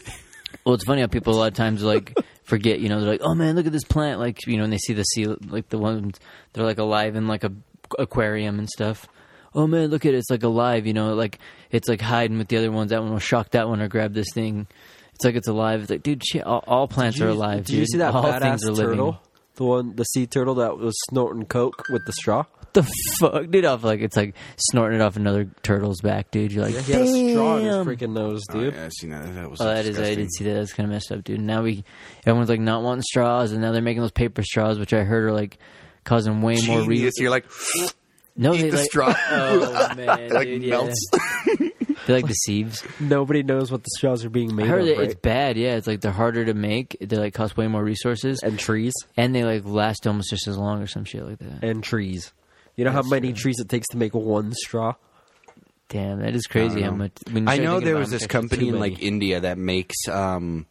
Speaker 6: Well, it's funny how people a lot of times like forget. You know, they're like, "Oh man, look at this plant!" Like you know, and they see the sea, like the ones they're like alive in like a aquarium and stuff. Oh man, look at it! It's like alive. You know, like it's like hiding with the other ones. That one will shock that one or grab this thing. It's like it's alive. It's like, dude, shit, all, all plants are alive.
Speaker 7: Did you
Speaker 6: dude.
Speaker 7: see that
Speaker 6: all
Speaker 7: badass
Speaker 6: things are living.
Speaker 7: turtle? The one, the sea turtle that was snorting coke with the straw.
Speaker 6: What the fuck, dude? Off like it's like snorting it off another turtle's back, dude. You're like,
Speaker 7: He had a straw in his
Speaker 6: "Damn."
Speaker 7: freaking nose, dude.
Speaker 5: Oh, Yeah, see, now that, that was.
Speaker 6: Oh, that is. I did see that. That's kind of messed up, dude. Now we, everyone's like not wanting straws, and now they're making those paper straws, which I heard are like causing way more. Re-
Speaker 5: Genius. You're like,
Speaker 6: no,
Speaker 5: eat
Speaker 6: they
Speaker 5: the
Speaker 6: like,
Speaker 5: straw.
Speaker 6: Oh man,
Speaker 5: like
Speaker 6: dude, yeah.
Speaker 5: melts.
Speaker 6: They like deceives.
Speaker 7: Nobody knows what the straws are being made
Speaker 6: I heard
Speaker 7: of,
Speaker 6: that
Speaker 7: right?
Speaker 6: it's bad. Yeah, it's like they're harder to make. They like cost way more resources,
Speaker 7: and trees.
Speaker 6: and they like last almost just as long or some shit like that.
Speaker 7: and trees. You know how many trees it takes to make one straw?
Speaker 6: Damn, that is crazy how much. When you
Speaker 5: I
Speaker 6: start
Speaker 5: know
Speaker 6: thinking
Speaker 5: there
Speaker 6: about
Speaker 5: was
Speaker 6: them,
Speaker 5: this
Speaker 6: it's actually
Speaker 5: company
Speaker 6: too
Speaker 5: in
Speaker 6: many.
Speaker 5: like India that makes um,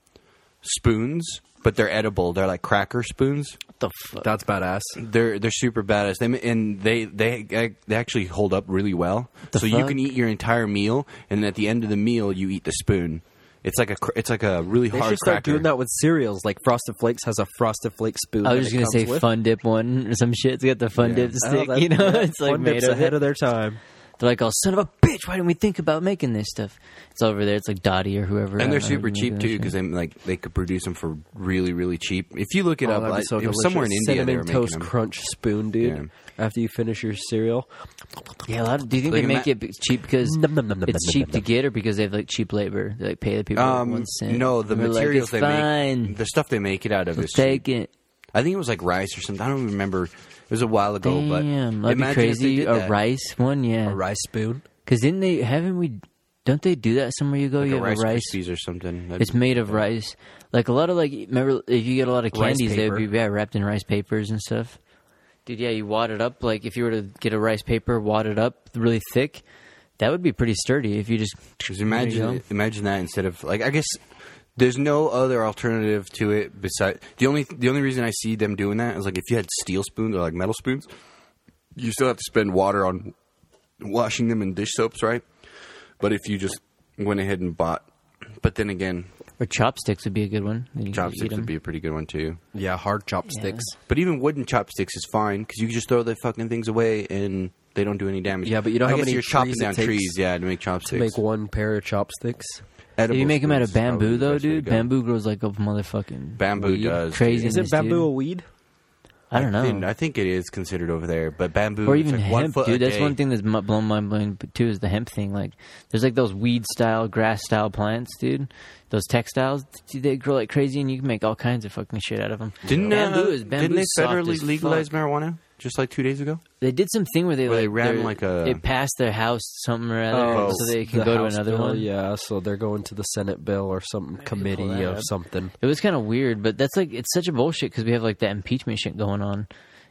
Speaker 5: spoons, but they're edible. They're like cracker spoons.
Speaker 6: what the fuck.
Speaker 7: That's badass.
Speaker 5: They're they're super badass. They ma- and they they they actually hold up really well.
Speaker 6: The
Speaker 5: so you
Speaker 6: fuck?
Speaker 5: can eat your entire meal, and at the end of the meal, you eat the spoon. It's like a cr- it's like a really
Speaker 7: They
Speaker 5: hard
Speaker 7: should start
Speaker 5: cracker.
Speaker 7: doing that with cereals. Like Frosted Flakes has a Frosted Flake spoon.
Speaker 6: I
Speaker 7: that
Speaker 6: was just
Speaker 7: it
Speaker 6: gonna
Speaker 7: comes
Speaker 6: say
Speaker 7: with.
Speaker 6: fun dip one or some shit. It's got the fun
Speaker 5: Yeah.
Speaker 6: dip
Speaker 7: Oh,
Speaker 6: stick,
Speaker 7: that-
Speaker 6: you know.
Speaker 7: yeah,
Speaker 6: It's like
Speaker 7: Fun
Speaker 6: made
Speaker 7: Dip's
Speaker 6: of
Speaker 7: ahead
Speaker 6: it.
Speaker 7: of their time.
Speaker 6: They're like, oh, son of a bitch, why didn't we think about making this stuff? It's over there. It's like Dottie or whoever. I
Speaker 5: and they're
Speaker 6: don't know who's
Speaker 5: super cheap
Speaker 6: making
Speaker 5: too
Speaker 6: that
Speaker 5: because
Speaker 6: shit.
Speaker 5: they like they could produce them for really really cheap. If you look it
Speaker 7: Oh,
Speaker 5: up,
Speaker 7: that'd be
Speaker 5: like,
Speaker 7: so
Speaker 5: it was
Speaker 7: delicious.
Speaker 5: somewhere in India they
Speaker 7: Cinnamon
Speaker 5: were making
Speaker 7: toast
Speaker 5: them.
Speaker 7: crunch spoon, dude. After you finish your cereal,
Speaker 6: yeah, a lot of, do you think
Speaker 5: Like
Speaker 6: they
Speaker 5: ima-
Speaker 6: make it b- cheap because
Speaker 7: Nom, nom, nom, nom,
Speaker 6: it's
Speaker 7: nom,
Speaker 6: cheap
Speaker 7: nom,
Speaker 6: to
Speaker 7: nom.
Speaker 6: get or because they have like cheap labor? They like pay the people like,
Speaker 5: Um,
Speaker 6: one cent.
Speaker 5: no, the
Speaker 6: And we're like,
Speaker 5: materials
Speaker 6: it's
Speaker 5: they
Speaker 6: fine.
Speaker 5: make, the stuff they make it out of is
Speaker 6: Let's
Speaker 5: cheap.
Speaker 6: take it.
Speaker 5: I think it was like rice or something. I don't remember. It was a while ago,
Speaker 6: Damn,
Speaker 5: Oh, but
Speaker 6: that'd be
Speaker 5: imagine if they
Speaker 6: crazy.
Speaker 5: did
Speaker 6: A
Speaker 5: that.
Speaker 6: rice one, yeah.
Speaker 7: a rice spoon.
Speaker 6: Because didn't they? Haven't we? Don't they do that somewhere you go? you
Speaker 5: Like a
Speaker 6: have
Speaker 5: Rice
Speaker 6: a rice.
Speaker 5: Krispies or something. That'd
Speaker 6: It's
Speaker 5: be-
Speaker 6: made of rice. Like a lot of like remember if you get a lot of
Speaker 7: Rice
Speaker 6: candies, they would be
Speaker 7: paper.
Speaker 6: yeah, wrapped in rice papers and stuff. Dude, yeah, you wad it up. Like if you were to get a rice paper wadded up really thick, that would be pretty sturdy. If you just
Speaker 5: Just
Speaker 6: There you
Speaker 5: imagine,
Speaker 6: go.
Speaker 5: imagine that instead of like I guess there's no other alternative to it besides the only the only reason I see them doing that is like if you had steel spoons or like metal spoons, you still have to spend water on washing them in dish soaps, right? But if you just went ahead and bought, but then again,
Speaker 6: or chopsticks would be a good one. Then you can just eat
Speaker 5: chopsticks would
Speaker 6: them.
Speaker 5: be a pretty good one too.
Speaker 7: Yeah, hard chopsticks.
Speaker 5: But even wooden chopsticks is fine because you can just throw the fucking things away and they don't do any damage.
Speaker 7: Yeah, but you know
Speaker 5: I
Speaker 7: how
Speaker 5: guess
Speaker 7: many
Speaker 5: you're chopping
Speaker 7: trees it
Speaker 5: down
Speaker 7: takes
Speaker 5: trees, yeah, to make chopsticks.
Speaker 7: Make one pair of chopsticks.
Speaker 6: If you make them out of
Speaker 5: Edible spoons
Speaker 6: bamboo
Speaker 5: is probably the
Speaker 6: though,
Speaker 5: best way to
Speaker 6: dude,
Speaker 5: go.
Speaker 6: bamboo grows like a motherfucking
Speaker 5: Bamboo
Speaker 6: weed.
Speaker 5: does,
Speaker 6: crazy.
Speaker 5: dude.
Speaker 7: Is it bamboo a weed?
Speaker 6: I don't know.
Speaker 5: Then I think it is considered over there, but bamboo
Speaker 6: or
Speaker 5: is
Speaker 6: even
Speaker 5: like one
Speaker 6: hemp,
Speaker 5: foot a
Speaker 6: dude. That's
Speaker 5: day.
Speaker 6: one thing that's mu- blown my mind too is the hemp thing. Like, there's like those weed style, grass style plants, dude. Those textiles, dude, they grow like crazy, and you can make all kinds of fucking shit out of them.
Speaker 5: Didn't
Speaker 6: bamboo
Speaker 5: uh,
Speaker 6: is bamboo
Speaker 5: Didn't they
Speaker 6: soft
Speaker 5: federally
Speaker 6: as
Speaker 5: legalize
Speaker 6: fuck.
Speaker 5: marijuana just like two days ago?
Speaker 6: They did some thing where they
Speaker 5: Where
Speaker 6: like
Speaker 5: they ran
Speaker 6: their-
Speaker 5: like a-
Speaker 6: it passed their house something or other,
Speaker 5: Oh,
Speaker 6: so they
Speaker 7: The
Speaker 6: can go to
Speaker 7: House
Speaker 6: another
Speaker 7: bill,
Speaker 6: one.
Speaker 7: Yeah, so they're going to the Senate bill or some committee
Speaker 6: that
Speaker 7: of
Speaker 6: up.
Speaker 7: something.
Speaker 6: It was kind of weird, but that's like it's such a bullshit because we have like that impeachment shit going on,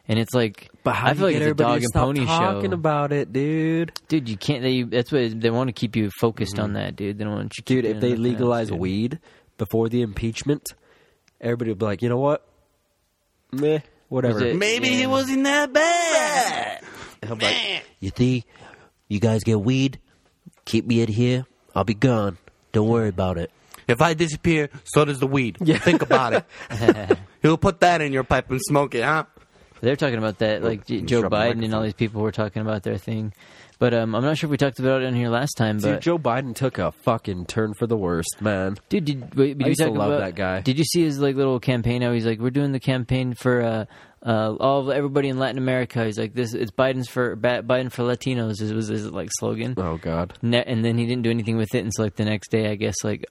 Speaker 6: and it's like I feel like it's a dog and pony show.
Speaker 7: talking about it, dude?
Speaker 6: Dude, you can't. They that's what they want to keep you focused on that, dude. They don't want you.
Speaker 7: Mm-hmm. Dude,
Speaker 6: keeping
Speaker 7: if they
Speaker 6: nothing else,
Speaker 7: legalize
Speaker 6: dude.
Speaker 7: weed before the impeachment, everybody would be like, you know what? Meh, whatever.
Speaker 6: it- Maybe it Yeah.
Speaker 5: wasn't that bad.
Speaker 7: You see, you guys get weed, keep me in here, I'll be gone. Don't worry about it.
Speaker 5: If I disappear, so does the weed. Think about it. He'll put that in your pipe and smoke it, huh?
Speaker 6: They're talking about that, like J-
Speaker 5: I'm
Speaker 6: Joe
Speaker 5: dropping the
Speaker 6: Biden and all these people were talking about their thing. But um, I'm not sure if we talked about it on here last time.
Speaker 7: Dude,
Speaker 6: But
Speaker 7: Joe Biden took a fucking turn for the worst, man.
Speaker 6: dude, did, wait, did
Speaker 7: I
Speaker 6: you
Speaker 7: used to
Speaker 6: talk
Speaker 7: love
Speaker 6: about
Speaker 7: that guy.
Speaker 6: Did you see his like little campaign? How he's like, we're doing the campaign for uh, uh, all everybody in Latin America. He's like, this it's Biden's for Ba- Biden for Latinos. Is was his like slogan.
Speaker 7: Oh God.
Speaker 6: Ne- and then he didn't do anything with it. And so, like the next day, I guess like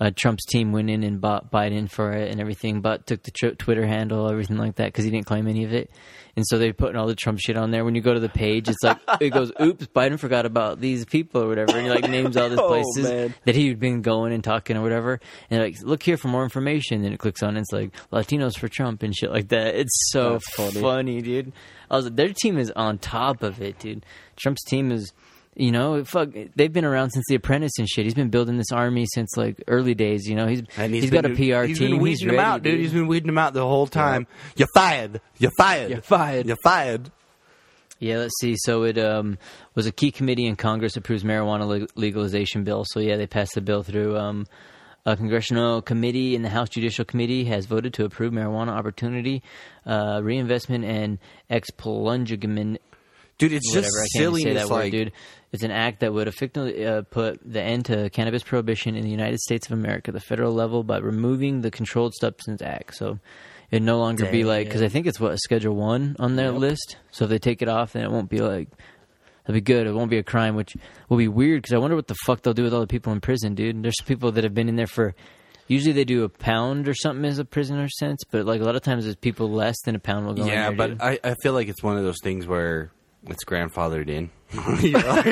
Speaker 6: uh, Trump's team went in and bought Biden for it and everything, but took the tr- Twitter handle, everything like that, because he didn't claim any of it. And so they're putting all the Trump shit on there. When you go to the page, it's like it goes, "Oops, Biden forgot about these people or whatever." And he like names all these
Speaker 7: Oh,
Speaker 6: places
Speaker 7: man.
Speaker 6: that he'd been going and talking or whatever. And like, look here for more information. And it clicks on, and it's like Latinos for Trump and shit like that. It's so
Speaker 7: That's funny.
Speaker 6: funny, dude. I was like, their team is on top of it, dude. Trump's team is, you know, fuck. They've been around since The Apprentice and shit. He's been building this army since like early days. You know, he's he's got a
Speaker 5: been-
Speaker 6: PR
Speaker 5: he's
Speaker 6: team.
Speaker 5: Been weeding
Speaker 6: he's
Speaker 5: them
Speaker 6: ready,
Speaker 5: out, dude. He's been weeding them out the whole time. You're fired. You're fired.
Speaker 7: You're fired.
Speaker 5: You're fired.
Speaker 6: Yeah, let's see. So it um, was a key committee in Congress approves marijuana leg- legalization bill. So yeah, they passed the bill through um, a congressional committee, and the House Judicial Committee has voted to approve marijuana opportunity uh, reinvestment and expungement.
Speaker 5: Dude, it's
Speaker 6: Whatever,
Speaker 5: just
Speaker 6: I can't even
Speaker 5: silly.
Speaker 6: say that
Speaker 5: It's
Speaker 6: word,
Speaker 5: like,
Speaker 6: dude. It's an act that would effectively uh, put the end to cannabis prohibition in the United States of America, the federal level, by removing the Controlled Substance Act. So it'd no longer be like because I think it's what Schedule One on their list. So if they take it off, then it won't be like that'd be good. It won't be a crime, which will be weird because I wonder what the fuck they'll do with all the people in prison, dude. There's people that have been in there for. Usually they do a pound or something as a prisoner sentence, but like a lot of times it's people less than a pound will go in
Speaker 5: yeah,
Speaker 6: there,
Speaker 5: but uh,
Speaker 6: dude.
Speaker 5: I, I feel like it's one of those things where it's grandfathered in. You know?
Speaker 6: Oh,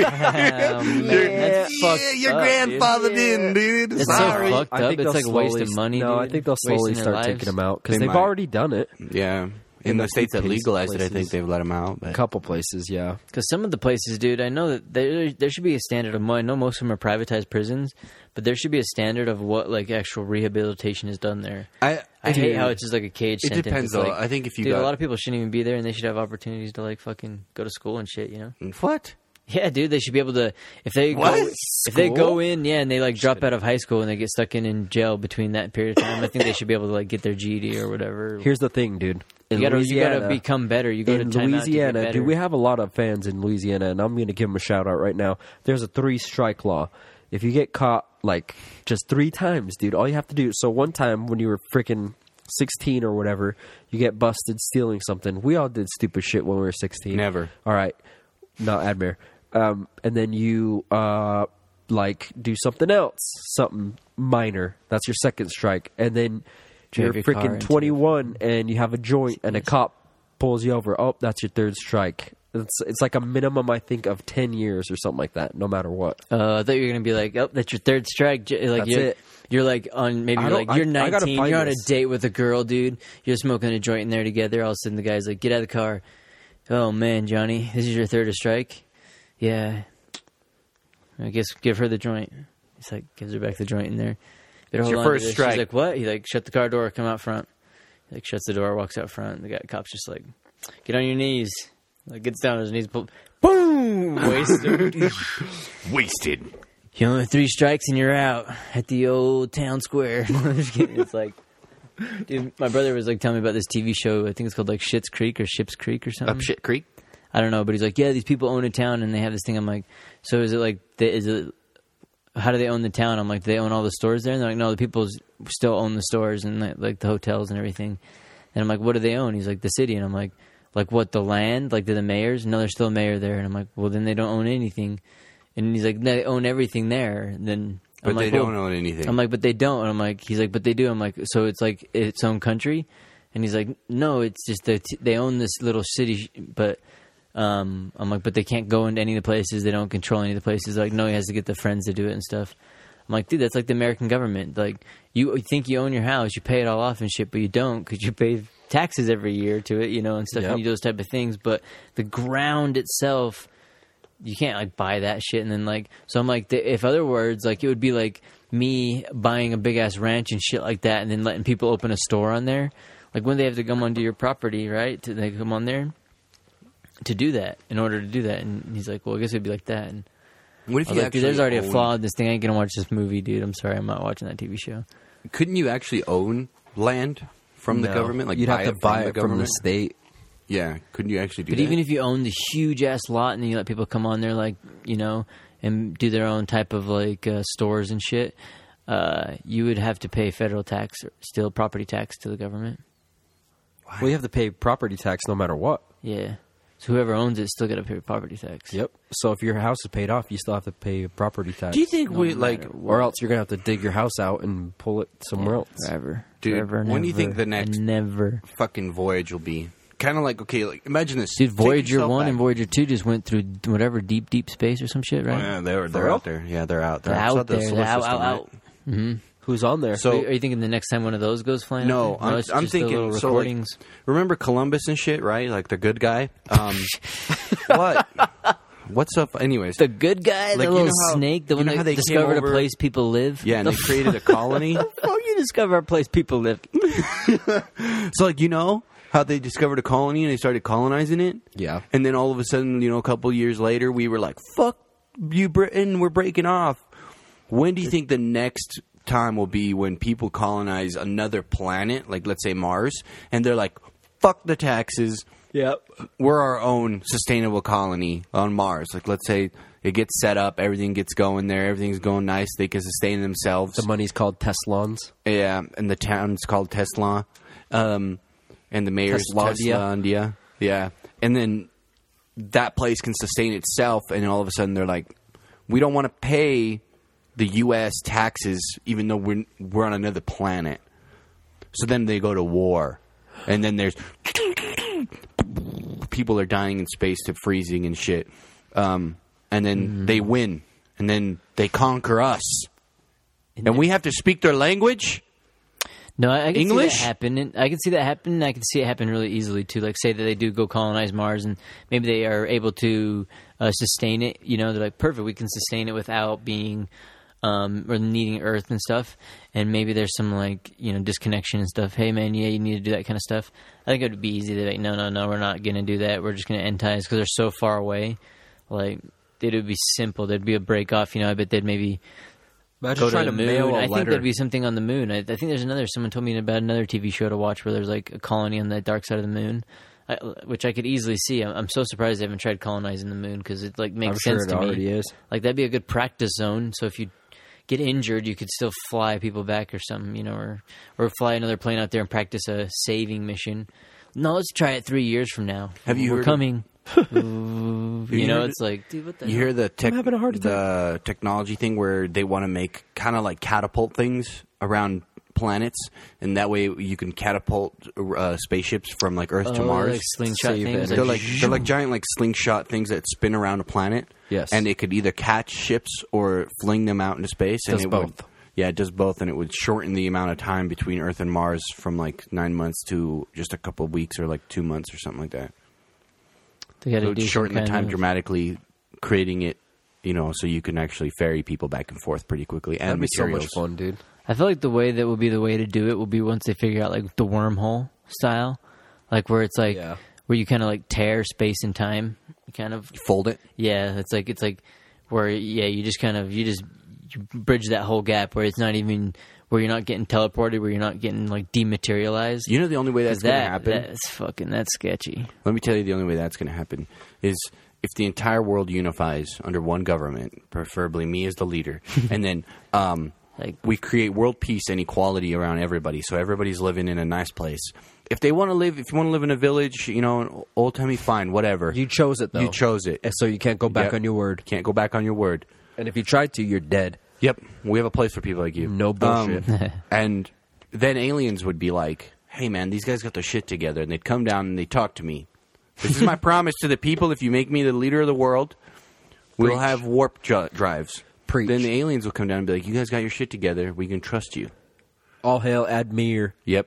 Speaker 6: man, that's fucked
Speaker 5: you're
Speaker 6: up, dude.
Speaker 5: grandfathered in, dude.
Speaker 6: It's
Speaker 5: Sorry.
Speaker 6: so fucked
Speaker 7: I
Speaker 6: up.
Speaker 7: think
Speaker 6: It's
Speaker 7: they'll
Speaker 6: like
Speaker 7: slowly,
Speaker 6: wasted money.
Speaker 7: No,
Speaker 6: dude.
Speaker 7: I think they'll slowly
Speaker 6: Wasting their
Speaker 7: start
Speaker 6: lives.
Speaker 7: taking them out because
Speaker 5: They
Speaker 7: they have
Speaker 5: might.
Speaker 7: already done it.
Speaker 5: Yeah. In
Speaker 7: In
Speaker 5: the
Speaker 7: a few
Speaker 5: states that
Speaker 7: places-
Speaker 5: legalized it, I think
Speaker 7: places.
Speaker 5: they've let them out. But.
Speaker 7: A couple places, yeah.
Speaker 6: Because some of the places, dude, I know that there there should be a standard of money. I know most of them are privatized prisons, but there should be a standard of what like actual rehabilitation is done there.
Speaker 5: I,
Speaker 6: I hate
Speaker 5: dude,
Speaker 6: how it's just like a cage.
Speaker 5: It
Speaker 6: sentence.
Speaker 5: depends,
Speaker 6: It's
Speaker 5: though.
Speaker 6: like,
Speaker 5: I think if you
Speaker 6: dude,
Speaker 5: got-
Speaker 6: a lot of people shouldn't even be there, and they should have opportunities to like fucking go to school and shit. You know?
Speaker 5: What?
Speaker 6: Yeah, dude, they should be able to if they
Speaker 5: What?
Speaker 6: go if they go in, yeah, and they like drop out of high school and they get stuck in in jail between that period of time. I think they should be able to like get their GED or whatever.
Speaker 7: Here's the thing, dude. In
Speaker 6: you gotta, you
Speaker 7: Louisiana,
Speaker 6: gotta become better. You go
Speaker 7: in
Speaker 6: to timeout to get
Speaker 7: Louisiana,
Speaker 6: better.
Speaker 7: dude, we have a lot of fans in Louisiana, and I'm going to give them a shout out right now. There's a three strike law. If you get caught like just three times, dude, all you have to do. So one time when you were freaking 16 or whatever, you get busted stealing something. We all did stupid shit when we were 16.
Speaker 5: Never.
Speaker 7: All right, not Admir. Um, and then you uh, like do something else, something minor. That's your second strike, and then
Speaker 6: Drive
Speaker 7: you're
Speaker 6: your car
Speaker 7: freaking
Speaker 6: into a
Speaker 7: 21 and you have a joint and a cop pulls you over. Oh, that's your third strike. It's it's like a minimum, I think, of ten years or something like that. No matter what.
Speaker 6: Uh, I thought you were gonna be like, oh, that's your third strike. J- Like
Speaker 7: That's
Speaker 6: you're,
Speaker 7: it.
Speaker 6: you're like on maybe
Speaker 7: I
Speaker 6: you're
Speaker 7: don't-
Speaker 6: like you're
Speaker 7: I- I gotta
Speaker 6: 19.
Speaker 7: find
Speaker 6: You're on a
Speaker 7: this.
Speaker 6: date with a girl, dude. You're smoking a joint in there together. All of a sudden, the guy's like, "Get out of the car." Oh man, Johnny, this is your third strike. Yeah, I guess give her the joint. He's like, gives her back the joint in there. But hold
Speaker 5: your
Speaker 6: on to
Speaker 5: first
Speaker 6: this.
Speaker 5: strike.
Speaker 6: She's like, what? He like shut the car door, come out front. He, like shuts the door, walks out front. The guy, cop's just like, get on your knees. Like gets down on his knees, pull, boom, wasted.
Speaker 5: Wasted.
Speaker 6: You only have three strikes and you're out at the old town square. I'm just kidding. It's like, dude, my brother was like telling me about this TV show. I think it's called like Shit's Creek or Ship's Creek or something.
Speaker 5: Up shit creek.
Speaker 6: I don't know, but he's like, yeah, these people own a town and they have this thing. I'm like, so is it like, the, is it, how do they own the town? I'm like, do they own all the stores there? And they're like, no, the people s- still own the stores and like, like the hotels and everything. And I'm like, what do they own? He's like, the city. And I'm like, like what, the land? Like, they're the mayors? No, there's still a mayor there. And I'm like, well, then they don't own anything. And he's like, no, they own everything there. And then
Speaker 5: But
Speaker 6: I'm
Speaker 5: they
Speaker 6: like,
Speaker 5: don't
Speaker 6: well-
Speaker 5: own anything.
Speaker 6: I'm like, but they don't. And I'm like, he's like, but they do. I'm like, so it's like its own country. And he's like, no, it's just that they own this little city, but um, I'm like, but they can't go into any of the places. They don't control any of the places. Like, no, he has to get the friends to do it and stuff. I'm like, dude, that's like the American government. Like, you think you own your house, you pay it all off and shit, but you don't because you pay taxes every year to it, you know, and stuff.
Speaker 7: Yep.
Speaker 6: And you do those type of things. But the ground itself, you can't like buy that shit and then like so i'm like th- if other words like it would be like me buying a big ass ranch and shit like that and then letting people open a store on there like when they have to come onto your property right to, they come on there to do that in order to do that and he's like well i guess it'd be like that and
Speaker 5: What
Speaker 6: I was
Speaker 5: if you
Speaker 6: like,
Speaker 5: actually
Speaker 6: dude, there's already
Speaker 5: own-
Speaker 6: a flaw in this thing. I ain't gonna watch this movie, dude. I'm sorry, I'm not watching that TV show.
Speaker 5: Couldn't you actually own land from the
Speaker 6: No.
Speaker 5: government? Like
Speaker 7: Um, You'd
Speaker 5: buy
Speaker 7: have to
Speaker 5: it
Speaker 7: buy
Speaker 5: from the
Speaker 7: it from the
Speaker 5: government?
Speaker 7: state.
Speaker 5: Yeah. Couldn't you actually do
Speaker 6: But
Speaker 5: that?
Speaker 6: even if you own the huge ass lot and you let people come on there, like you know, and do their own type of like uh, stores and shit, uh, you would have to pay federal tax, or still property tax to the government.
Speaker 7: Well, you have to pay property tax no matter what.
Speaker 6: Yeah. So whoever owns it still got to pay property tax.
Speaker 7: Yep. So if your house is paid off, you still have to pay property tax.
Speaker 5: do you think
Speaker 6: No
Speaker 5: we
Speaker 6: matter
Speaker 5: like
Speaker 7: or else you're gonna have to dig your house out and pull it somewhere else.
Speaker 6: Forever.
Speaker 5: Dude,
Speaker 6: Forever and
Speaker 5: when do you
Speaker 6: ever
Speaker 5: think the
Speaker 6: and
Speaker 5: next-
Speaker 6: Never.
Speaker 5: fucking voyage will be? Kind of like okay, like imagine this.
Speaker 6: Dude,
Speaker 5: Take
Speaker 6: Voyager
Speaker 5: yourself
Speaker 6: one
Speaker 5: back.
Speaker 6: and Voyager two just went through whatever deep, deep space or some shit,
Speaker 5: Oh,
Speaker 6: right?
Speaker 5: yeah, they're they're
Speaker 7: real?
Speaker 5: out there. Yeah, they're out.
Speaker 6: They're
Speaker 5: outside
Speaker 6: out
Speaker 5: the
Speaker 6: there.
Speaker 5: solar
Speaker 6: They're out,
Speaker 5: system,
Speaker 6: out,
Speaker 5: right?
Speaker 6: out.
Speaker 7: Who's on there?
Speaker 5: So-
Speaker 6: are you thinking the next time one of those goes flying? out
Speaker 5: No,
Speaker 6: there?
Speaker 5: I'm,
Speaker 6: it's
Speaker 5: I'm
Speaker 6: just the
Speaker 5: thinking
Speaker 6: little
Speaker 5: so, like,
Speaker 6: recordings.
Speaker 5: remember Columbus and shit, right? Like the good guy. Um, what? What's up? Anyways,
Speaker 6: The good guy,
Speaker 5: Like,
Speaker 6: the
Speaker 5: you
Speaker 6: little
Speaker 5: know how-
Speaker 6: snake, the
Speaker 5: you
Speaker 6: one
Speaker 5: know how
Speaker 6: that
Speaker 5: they came
Speaker 6: discovered
Speaker 5: over-
Speaker 6: a place people live.
Speaker 5: yeah, and
Speaker 6: the
Speaker 5: they created a colony.
Speaker 6: Oh, you discover a place people live.
Speaker 5: So like you know how they discovered a colony and they started colonizing it.
Speaker 7: Yeah.
Speaker 5: And then all of a sudden, you know, a couple years later, we were like, "Fuck you, Britain, we're breaking off." When do you think the next time will be when people colonize another planet, like let's say Mars, and they're like, "Fuck the taxes."
Speaker 7: Yep.
Speaker 5: we're our own sustainable colony on Mars. Like, let's say it gets set up, everything gets going there, everything's going nice. They can sustain themselves.
Speaker 7: The money's called Teslons.
Speaker 5: yeah, and the town's called Tesla, um, and the mayor's
Speaker 7: Teslandia.
Speaker 5: Tesla India. Yeah, and then that place can sustain itself, and all of a sudden they're like, we don't want to pay the U.S. taxes, even though we're we're on another planet. So then they go to war, and then there's people are dying in space to freezing and shit. Um, and then they win, and then they conquer us, and we have to speak their language.
Speaker 6: No, I, I can
Speaker 5: English?
Speaker 6: see that happen. And I can see that happen. and I can see it happen really easily too. Like, say that they do go colonize Mars, and maybe they are able to uh, sustain it. You know, they're like, perfect. We can sustain it without being um, or needing Earth and stuff. And maybe there's some like you know disconnection and stuff. Hey, man, yeah, you need to do that kind of stuff. I think it would be easy. They're like, no, no, no, we're not going to do that. We're just going to end ties because they're so far away. Like, it would be simple. There'd be a break off. You know, I bet they'd maybe go
Speaker 7: Imagine
Speaker 6: to, the moon. I think there'd be something on the moon. I, I think there's another. Someone told me about another TV show to watch where there's like a colony on the dark side of the moon, I, which I could easily see. I'm, I'm so surprised they haven't tried colonizing the moon because it like makes
Speaker 7: I'm sure
Speaker 6: sense
Speaker 7: it
Speaker 6: to
Speaker 7: already
Speaker 6: me.
Speaker 7: is.
Speaker 6: Like that'd be a good practice zone. So if you get injured, you could still fly people back or something, you know, or or fly another plane out there and practice a saving mission. No, let's try it three years from now.
Speaker 5: Have you
Speaker 6: We're
Speaker 5: heard of-
Speaker 6: coming? Ooh, you,
Speaker 5: you
Speaker 6: know,
Speaker 5: heard
Speaker 6: it's like, dude, what the
Speaker 5: You
Speaker 6: hell?
Speaker 5: hear the tech,
Speaker 7: having a heart attack.
Speaker 5: the technology thing where they want to make kind of like catapult things around planets, and that way you can catapult uh, spaceships from like Earth to
Speaker 6: Oh,
Speaker 5: Mars.
Speaker 6: like slingshot
Speaker 7: Save
Speaker 6: things.
Speaker 7: it.
Speaker 5: They're like they're like giant like slingshot things that spin around a planet.
Speaker 7: Yes.
Speaker 5: and it could either catch ships or fling them out into space. And
Speaker 7: Does
Speaker 5: it Would,
Speaker 7: both.
Speaker 5: yeah, it does both, and it would shorten the amount of time between Earth and Mars from like nine months to just a couple of weeks or like two months or something like that.
Speaker 6: they got
Speaker 5: It
Speaker 6: to
Speaker 5: would
Speaker 6: do
Speaker 5: shorten the
Speaker 6: some
Speaker 5: time
Speaker 6: kind of-
Speaker 5: dramatically, creating it. You know, so you can actually ferry people back and forth pretty quickly, and
Speaker 7: That'd be so
Speaker 5: materials.
Speaker 7: much fun, dude.
Speaker 6: I feel like the way that would be the way to do it will be once they figure out like the wormhole style, like where it's like
Speaker 7: Yeah.
Speaker 6: where you kind of like tear space and time, kind of.
Speaker 5: Fold it.
Speaker 6: Yeah, it's like it's like where yeah you just kind of you just you bridge that whole gap where it's not even where you're not getting teleported, where you're not getting like dematerialized.
Speaker 5: You know, the only way that's
Speaker 6: 'Cause
Speaker 5: going to
Speaker 6: that
Speaker 5: happen.
Speaker 6: that's fucking that's sketchy.
Speaker 5: Let me tell you, the only way that's going to happen is if the entire world unifies under one government, preferably me as the leader, and then um,
Speaker 6: Like-
Speaker 5: we create world peace and equality around everybody, so everybody's living in a nice place. If they want to live, if you want to live in a village, you know, an old timey, fine, whatever.
Speaker 7: You chose it though.
Speaker 5: You chose it.
Speaker 7: and so you can't go back
Speaker 5: Yep.
Speaker 7: on your word.
Speaker 5: Can't go back on your word.
Speaker 7: And if you tried to, you're dead.
Speaker 5: Yep, we have a place for people like you. Um,
Speaker 7: No bullshit.
Speaker 5: and then aliens would be like, "Hey, man, these guys got their shit together," and they'd come down and they'd talk to me. This is my promise to the people: if you make me the leader of the world, we'll
Speaker 7: Preach.
Speaker 5: have warp ju- drives.
Speaker 7: Preach.
Speaker 5: Then the aliens will come down and be like, "You guys got your shit together. We can trust you."
Speaker 7: All hail Admir.
Speaker 5: Yep.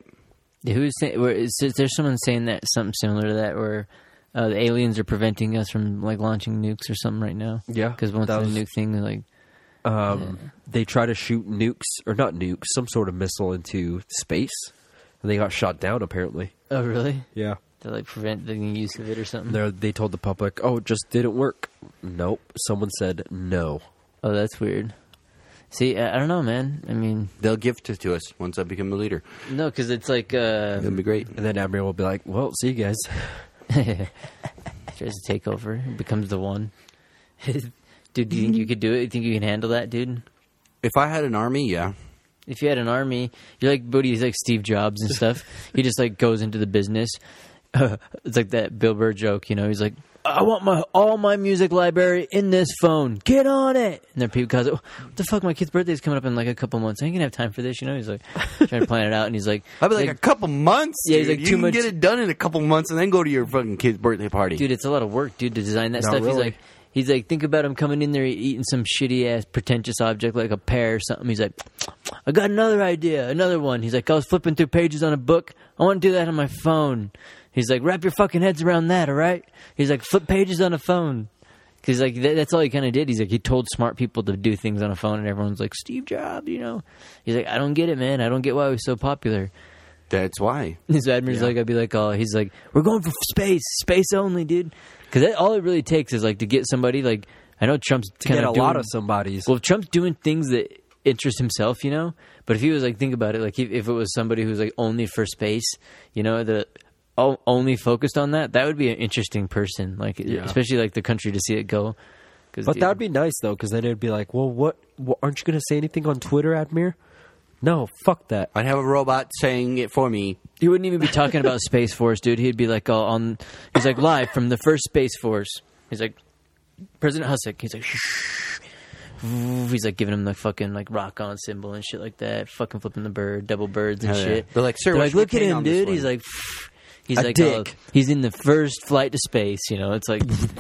Speaker 6: Who's saying? Where, is, is there someone saying that something similar to that where? Uh, the aliens are preventing us from like launching nukes or something right now.
Speaker 7: Yeah,
Speaker 6: because once
Speaker 7: that
Speaker 6: the
Speaker 7: was-
Speaker 6: nuke thing, like
Speaker 7: Um, They try to shoot nukes or not nukes, some sort of missile into space, and they got shot down. Apparently,
Speaker 6: oh really?
Speaker 7: yeah.
Speaker 6: to like prevent the use of it or something.
Speaker 7: They they told the public, "Oh, it just didn't work." Nope. Someone said no.
Speaker 6: Oh, that's weird. See, I, I don't know, man. I mean,
Speaker 5: They'll give to, to us once I become the leader.
Speaker 6: no, because it's like uh,
Speaker 5: That'd be great.
Speaker 7: And then Admiral will be like, "Well, see you guys."
Speaker 6: tries to take over, it becomes the one. dude, do you think you could do it? You think you can handle that, dude?
Speaker 5: If I had an army, yeah,
Speaker 6: If you had an army, you're like Booty, like Steve Jobs and stuff. he just like goes into the business. it's like that Bill Burr joke, you know. He's like, "I want my all my music library in this phone. Get on it." And there are people cause what the fuck? My kid's birthday's coming up in like a couple months. I ain't gonna have time for this, you know. He's like trying to plan it out, and he's like,
Speaker 5: I'd be like, a couple months.
Speaker 6: Yeah, he's
Speaker 5: dude.
Speaker 6: like,
Speaker 5: you
Speaker 6: too
Speaker 5: can
Speaker 6: much-
Speaker 5: get it done in a couple months, and then go to your fucking kid's birthday party.
Speaker 6: dude, it's a lot of work, dude, to design that
Speaker 7: Not
Speaker 6: stuff. He's
Speaker 7: really.
Speaker 6: like, he's like, think about him coming in there eating some shitty ass pretentious object like a pear or something. He's like, I got another idea, another one. He's like, I was flipping through pages on a book. I want to do that on my phone. He's like, wrap your fucking heads around that, all right? He's like, flip pages on a phone. Because like that, that's all he kind of did. He's like he told smart people to do things on a phone, and everyone's like Steve Jobs, you know. He's like, I don't get it, man. I don't get why he was so popular.
Speaker 5: That's why.
Speaker 6: His admiral's like, I'd be like, oh, he's like, we're going for space, space only, dude. Because all it really takes is like to get somebody like I know Trump's
Speaker 7: To
Speaker 6: kind
Speaker 7: get a
Speaker 6: of doing,
Speaker 7: lot of somebody's.
Speaker 6: Well, Trump's doing things that interest himself, you know. But if he was like, think about it, like if, if it was somebody who's like only for space, you know, the o- only focused on that, that would be an interesting person, like especially like the country to see it go.
Speaker 7: but that would be nice though, because then it'd be like, "Well, what? what aren't you going to say anything on Twitter, Admir?" No, fuck that.
Speaker 5: I'd have a robot saying it for me.
Speaker 6: He wouldn't even be talking about Space Force, dude. He'd be like, all on. He's like live from the first Space Force. He's like President Hussick. He's like, shh. He's like giving him the fucking like rock on symbol and shit like that. Fucking flipping the bird, double birds and
Speaker 5: Hell yeah.
Speaker 6: shit.
Speaker 5: They're like, "Sir, what
Speaker 6: like
Speaker 5: should we
Speaker 6: look at
Speaker 5: ping
Speaker 6: him,
Speaker 5: on this
Speaker 6: dude.
Speaker 5: one?"
Speaker 6: He's like, "Pfft." he's
Speaker 7: A
Speaker 6: like, oh,
Speaker 7: dick.
Speaker 6: he's in the first flight to space. You know, it's like it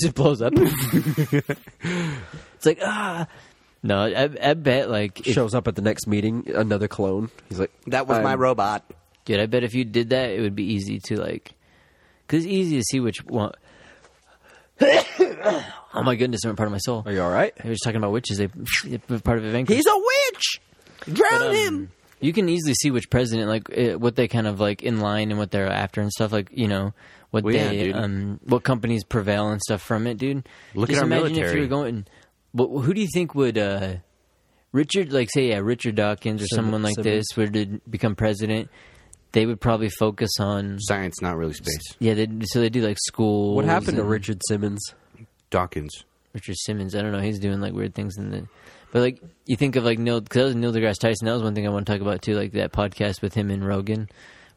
Speaker 6: just blows up. it's like ah. No, I, I bet like if
Speaker 7: Shows up at the next meeting, another clone. He's like,
Speaker 5: That was my
Speaker 7: I'm-
Speaker 5: robot.
Speaker 6: Dude, I bet if you did that, it would be easy to like, because it's easy to see which one. oh my goodness, I'm part of my soul.
Speaker 5: Oh,
Speaker 7: "Are you all right?"
Speaker 6: I was talking about witches. They they're part of a Vancouver.
Speaker 7: a witch.
Speaker 6: But, um, You can easily see which president, like eh, what they kind of like in line and what they're after and stuff. Like you know what
Speaker 5: Well, yeah,
Speaker 6: they,
Speaker 5: dude.
Speaker 6: um, what companies prevail and stuff from it, dude.
Speaker 5: Look
Speaker 6: Just
Speaker 5: at our
Speaker 6: imagine if
Speaker 5: military.
Speaker 6: you were going. But who do you think would uh, Richard, like say, yeah, Richard Dawkins or
Speaker 7: Sim-
Speaker 6: someone like
Speaker 7: Simmons.
Speaker 6: this, were to become president? They would probably focus on
Speaker 5: Science, not really space.
Speaker 6: yeah. They, so they do like school.
Speaker 7: What happened to Richard Simmons?
Speaker 5: Dawkins.
Speaker 6: Richard Simmons. I don't know. He's doing like weird things in the. But like you think of like Neil because that was Neil deGrasse Tyson. That was one thing I want to talk about too. Like that podcast with him and Rogan,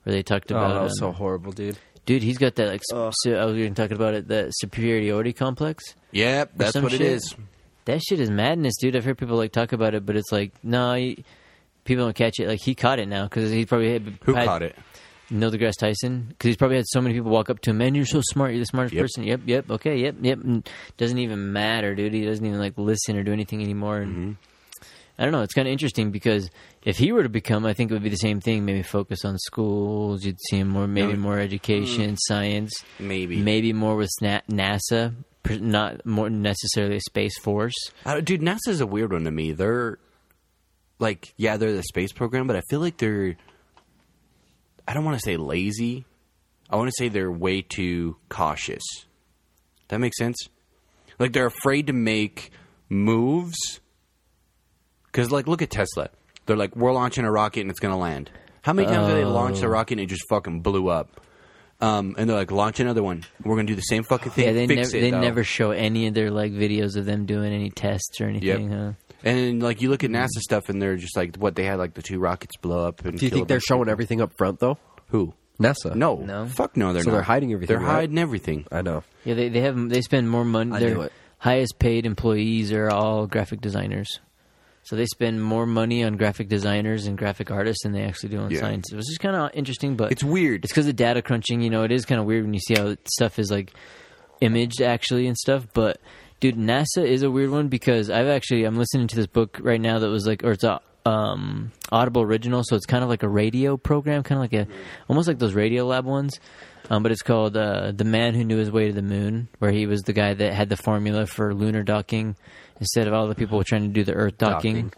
Speaker 6: where they talked
Speaker 7: Oh,
Speaker 6: about.
Speaker 7: that was so
Speaker 6: um,
Speaker 7: horrible, dude.
Speaker 6: dude, he's got that like. s- su- I was even talking about it. That superiority complex.
Speaker 5: Yep,
Speaker 6: or
Speaker 5: that's
Speaker 6: some
Speaker 5: what
Speaker 6: shit.
Speaker 5: it is.
Speaker 6: That shit is madness, dude. I've heard people like talk about it, but it's like no. you people don't catch it. Like he caught it now because he probably had,
Speaker 5: Who
Speaker 6: had-
Speaker 5: caught it?
Speaker 6: Neil deGrasse Tyson because he's probably had so many people walk up to him. Man, you're so smart. You're the smartest
Speaker 5: Yep.
Speaker 6: person. Yep, yep. Okay, yep, yep. And doesn't even matter, dude. He doesn't even like listen or do anything anymore. And
Speaker 5: Mm-hmm.
Speaker 6: I don't know. It's kind of interesting because if he were to become, I think it would be the same thing. Maybe focus on schools. You'd see him more. Maybe
Speaker 5: No.
Speaker 6: more
Speaker 5: Mm.
Speaker 6: education, science.
Speaker 5: Maybe.
Speaker 6: Maybe more with sna- NASA. pr- Not more necessarily a space force.
Speaker 5: I don't- dude, NASA's a weird one to me. They're like, yeah, they're the space program, but I feel like they're. I don't want to say lazy. I want to say they're way too cautious. That makes sense. Like they're afraid to make moves. Because, like, look at Tesla. They're like, we're launching a rocket and it's going to land. How many times have they launched
Speaker 6: Oh.
Speaker 5: a rocket and it just fucking blew up? Um, and they're like, launch another one. We're going to do the same fucking thing.
Speaker 6: Yeah, they
Speaker 5: Fix
Speaker 6: never
Speaker 5: it,
Speaker 6: they
Speaker 5: though."
Speaker 6: never show any of their like videos of them doing any tests or anything. Huh?
Speaker 5: And then, like you look at NASA stuff, and they're just like, what they had like the two rockets blow up. And
Speaker 7: Do you
Speaker 5: kill a
Speaker 7: think they're
Speaker 5: bunch of
Speaker 7: showing everything up front though?
Speaker 5: people. who?
Speaker 7: NASA.
Speaker 5: No,
Speaker 6: No.
Speaker 5: fuck no, they're
Speaker 7: So
Speaker 5: not.
Speaker 7: they're hiding everything,
Speaker 5: They're
Speaker 7: right?
Speaker 5: hiding everything.
Speaker 7: I know.
Speaker 6: Yeah, they they have they spend more money.
Speaker 7: I knew
Speaker 6: Their
Speaker 7: it.
Speaker 6: highest paid employees are all graphic designers, so they spend more money on graphic designers and graphic artists than they actually do on
Speaker 5: Yeah.
Speaker 6: science. Which is kind of interesting, but
Speaker 5: It's weird.
Speaker 6: It's because of data crunching. You know, it is kind of weird when you see how stuff is like imaged actually and stuff. But dude, NASA is a weird one because I've actually I'm listening to this book right now that was like, or it's a um, Audible original, so it's kind of like a radio program, kind of like a almost like those Radio Lab ones. Um, but it's called uh, "The Man Who Knew His Way to the Moon," where he was the guy that had the formula for lunar docking instead of all the people trying to do the Earth docking.
Speaker 5: Docking.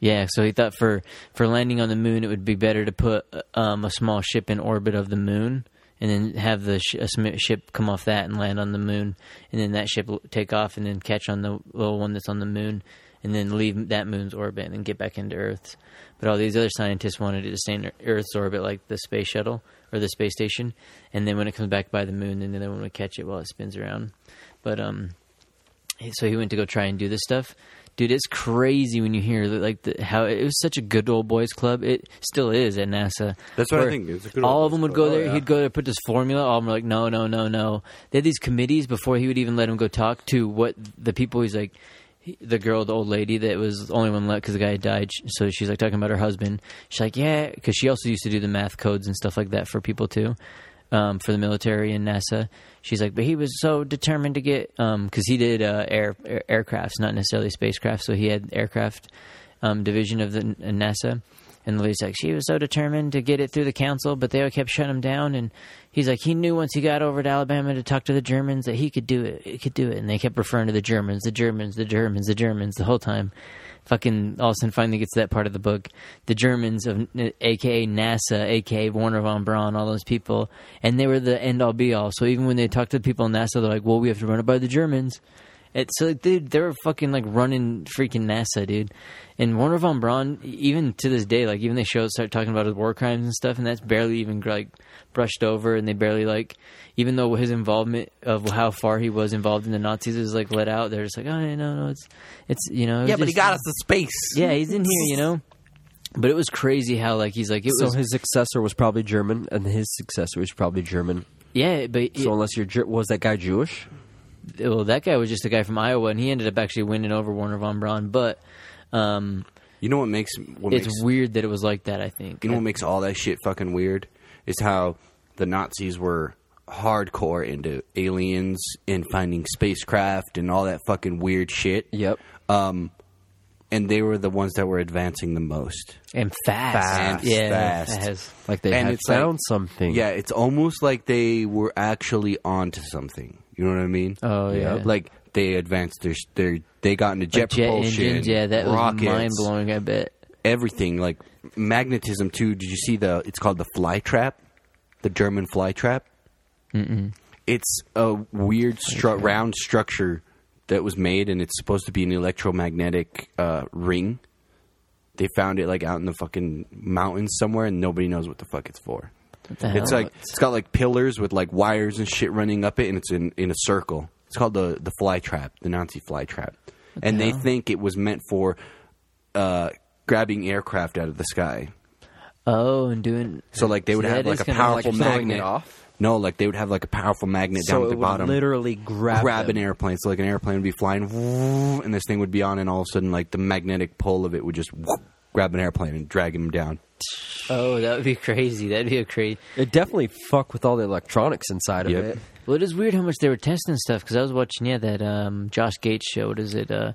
Speaker 6: Yeah, so he thought for for landing on the moon, it would be better to put uh, um, a small ship in orbit of the moon, and then have the sh- a sm- ship come off that and land on the moon, and then that ship l- take off and then catch on the little one that's on the moon, and then leave that moon's orbit and then get back into Earth's. But all these other scientists wanted it to stay in Earth's orbit, like the space shuttle or the space station, and then when it comes back by the moon, then the other one would catch it while it spins around. But um, so he went to go try and do this stuff. Dude, it's crazy when you hear that, like the, how it was such a good old boys club. It still is at NASA.
Speaker 5: That's what I
Speaker 6: Where
Speaker 5: think, it's a good old
Speaker 6: All of
Speaker 5: boys
Speaker 6: them would
Speaker 5: club.
Speaker 6: go there.
Speaker 5: Oh, yeah.
Speaker 6: He'd go there, put this formula. All of them were like, no, no, no, no. They had these committees before he would even let him go talk to what the people. He's like, he- the girl, the old lady that was the only one left because the guy had died. Sh- So she's like talking about her husband. She's like, yeah, because she also used to do the math codes and stuff like that for people too, um, for the military and NASA. She's like, but he was so determined to get because he did uh, air, air aircrafts, not necessarily spacecraft. So he had aircraft um, division of the N- NASA. And Louise like she was so determined to get it through the council, but they kept shutting him down. And he's like, he knew once he got over to Alabama to talk to the Germans that he could do it. He could do it, and they kept referring to the Germans, the Germans, the Germans, the Germans the whole time. Fucking Olsen finally gets to that part of the book. The Germans of AKA NASA, AKA Warner von Braun, all those people, and they were the end all be all. So even when they talk to the people in NASA, they're like, well, we have to run it by the Germans. It's so, like, dude, they were fucking like running freaking NASA, dude. And Warner von Braun, even to this day, like, even they show start talking about his war crimes and stuff, and that's barely even like brushed over, and they barely like, even though his involvement of how far he was involved in the Nazis is like let out, they're just like, oh no, no, it's, it's you know, it was just-
Speaker 5: us to space.
Speaker 6: yeah, he's in here, you know. But it was crazy how like he's like it
Speaker 7: So
Speaker 6: was
Speaker 7: his successor was probably German, and his successor was probably German.
Speaker 6: yeah, but
Speaker 7: So unless you're Jer- was that guy Jewish?
Speaker 6: well, that guy was just a guy from Iowa, and he ended up actually winning over Warner von Braun, but. Um,
Speaker 5: You know what makes what
Speaker 6: it's
Speaker 5: makes
Speaker 6: weird that it was like that. I think.
Speaker 5: you know what makes all that shit fucking weird is how the Nazis were hardcore into aliens and finding spacecraft and all that fucking weird shit.
Speaker 7: Yep.
Speaker 5: Um, and they were the ones that were advancing the most.
Speaker 6: and fast,
Speaker 5: Fast.
Speaker 6: yeah,
Speaker 5: Fast.
Speaker 7: Like they
Speaker 5: And
Speaker 7: had
Speaker 5: it's like-
Speaker 7: found something.
Speaker 5: Yeah, it's almost like they were actually onto something. You know what I mean?
Speaker 6: Oh, yeah.
Speaker 5: Like they advanced their their they got into jet,
Speaker 6: jet
Speaker 5: propulsion,
Speaker 6: engines, yeah, that
Speaker 5: rockets,
Speaker 6: was mind blowing. I bet.
Speaker 5: Everything like magnetism too. Did you see the? It's called the fly trap, the German fly trap. Mm-mm. It's a weird stru- round structure that was made, and it's supposed to be an electromagnetic uh, ring. They found it like out in the fucking mountains somewhere, and nobody knows what the fuck it's for.
Speaker 6: What
Speaker 7: Uh-huh.
Speaker 6: the
Speaker 5: It's
Speaker 6: hell?
Speaker 5: like it's got like pillars with like wires and shit running up it, and it's in in a circle. It's called the the fly trap, the Nazi fly trap, and they think it was meant for uh, grabbing aircraft out of the sky.
Speaker 6: oh, and doing
Speaker 5: So like they would
Speaker 6: So
Speaker 5: have
Speaker 6: that
Speaker 5: like
Speaker 6: is
Speaker 5: a
Speaker 6: kinda like
Speaker 5: powerful
Speaker 7: throwing it
Speaker 5: magnet.
Speaker 7: off?
Speaker 5: No, like they would have like a powerful magnet
Speaker 7: So
Speaker 5: down
Speaker 7: it
Speaker 5: at the
Speaker 7: would
Speaker 5: bottom.
Speaker 7: literally grab
Speaker 5: grab
Speaker 7: them.
Speaker 5: an airplane. So like an airplane would be flying, and this thing would be on, and all of a sudden like the magnetic pole of it would just grab an airplane and drag him down.
Speaker 6: Oh, that would be crazy. That'd be a crazy.
Speaker 7: It definitely fuck with all the electronics inside
Speaker 5: Yep.
Speaker 7: of it.
Speaker 6: Well, it is weird how much they were testing stuff because I was watching yeah that um, Josh Gates show. What is it? Uh,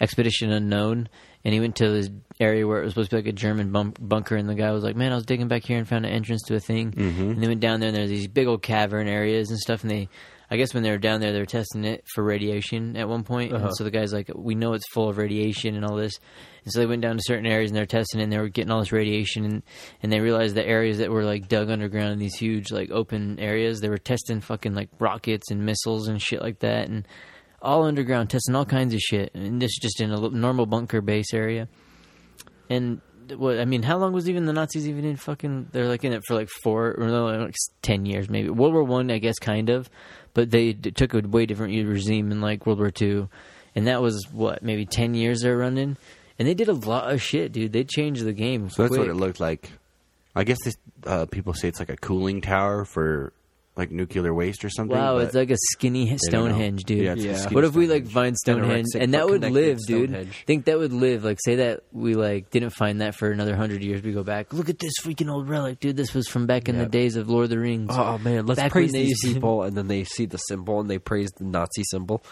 Speaker 6: Expedition Unknown, and he went to this area where it was supposed to be like a German bunk- bunker, and the guy was like, "Man, I was digging back here and found an entrance to a thing." And they went down there, and there's these big old cavern areas and stuff, and they. I guess when they were down there, they were testing it for radiation at one point. And so the guy's like, "We know it's full of radiation and all this." And so they went down to certain areas and they're testing, and they were getting all this radiation, and, and they realized the areas that were like dug underground in these huge like open areas, they were testing fucking like rockets and missiles and shit like that, and all underground testing all kinds of shit. And this is just in a l- normal bunker base area. And what I mean, how long was even the Nazis even in fucking? They're like in it for like four or no, like s- ten years maybe. World War One, I guess, kind of, but they d- took a way different regime in like World War Two, and that was what maybe ten years they're running. And they did a lot of shit, dude. They changed the game.
Speaker 5: So that's what
Speaker 6: quick.
Speaker 5: it looked like. I guess this, uh, people say it's like a cooling tower for like nuclear waste or something.
Speaker 6: Wow,
Speaker 5: but
Speaker 6: it's like a skinny
Speaker 5: don't know.
Speaker 6: Stonehenge, dude.
Speaker 5: Yeah, it's a Yeah. skinny
Speaker 6: What if we like
Speaker 5: Stonehenge.
Speaker 6: find Stonehenge,
Speaker 7: Anorexic
Speaker 6: and that
Speaker 7: but
Speaker 6: would
Speaker 7: connected
Speaker 6: live, dude?
Speaker 7: Stonehenge.
Speaker 6: Think that would live. Like, say that we like didn't find that for another hundred years. We go back. Look at this freaking old relic, dude. This was from back in the
Speaker 7: Yeah.
Speaker 6: days of Lord of the Rings.
Speaker 7: Oh man, let's
Speaker 6: Back
Speaker 7: praise
Speaker 6: when they
Speaker 7: these
Speaker 6: used-
Speaker 7: people, and then they see the symbol and they praise the Nazi symbol.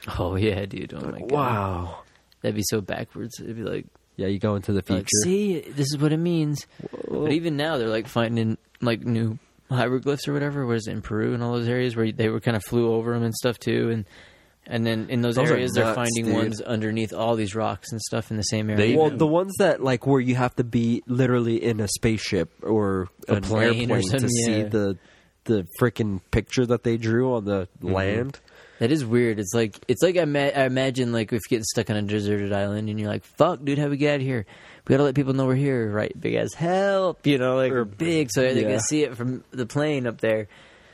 Speaker 6: Oh yeah, dude. Oh my god,
Speaker 7: Wow.
Speaker 6: that'd be so backwards. It'd be like,
Speaker 7: Yeah, you go into the future.
Speaker 6: like Uh, see, this is what it means. But even now, they're like finding like new hieroglyphs or whatever. Was in Peru and all those areas where they were kind of flew over them and stuff too, and. And then in those,
Speaker 7: Those are
Speaker 6: areas, they're
Speaker 7: nuts,
Speaker 6: finding
Speaker 7: dude.
Speaker 6: ones underneath all these rocks and stuff in the same area.
Speaker 5: They-
Speaker 7: well, the ones that like where you have to be literally in a spaceship or
Speaker 6: A
Speaker 7: an
Speaker 6: plane or
Speaker 7: airplane to
Speaker 6: something,
Speaker 7: see
Speaker 6: yeah.
Speaker 7: the the freaking picture that they drew on the
Speaker 6: Mm-hmm.
Speaker 7: land.
Speaker 6: That is weird. It's like it's like I, ma- I imagine like if you're getting stuck on a deserted island and you're like, "Fuck, dude, how we get out of here? We gotta let people know we're here, right? Big as help, you know, like we're big, so they
Speaker 7: yeah.
Speaker 6: can see it from the plane up there.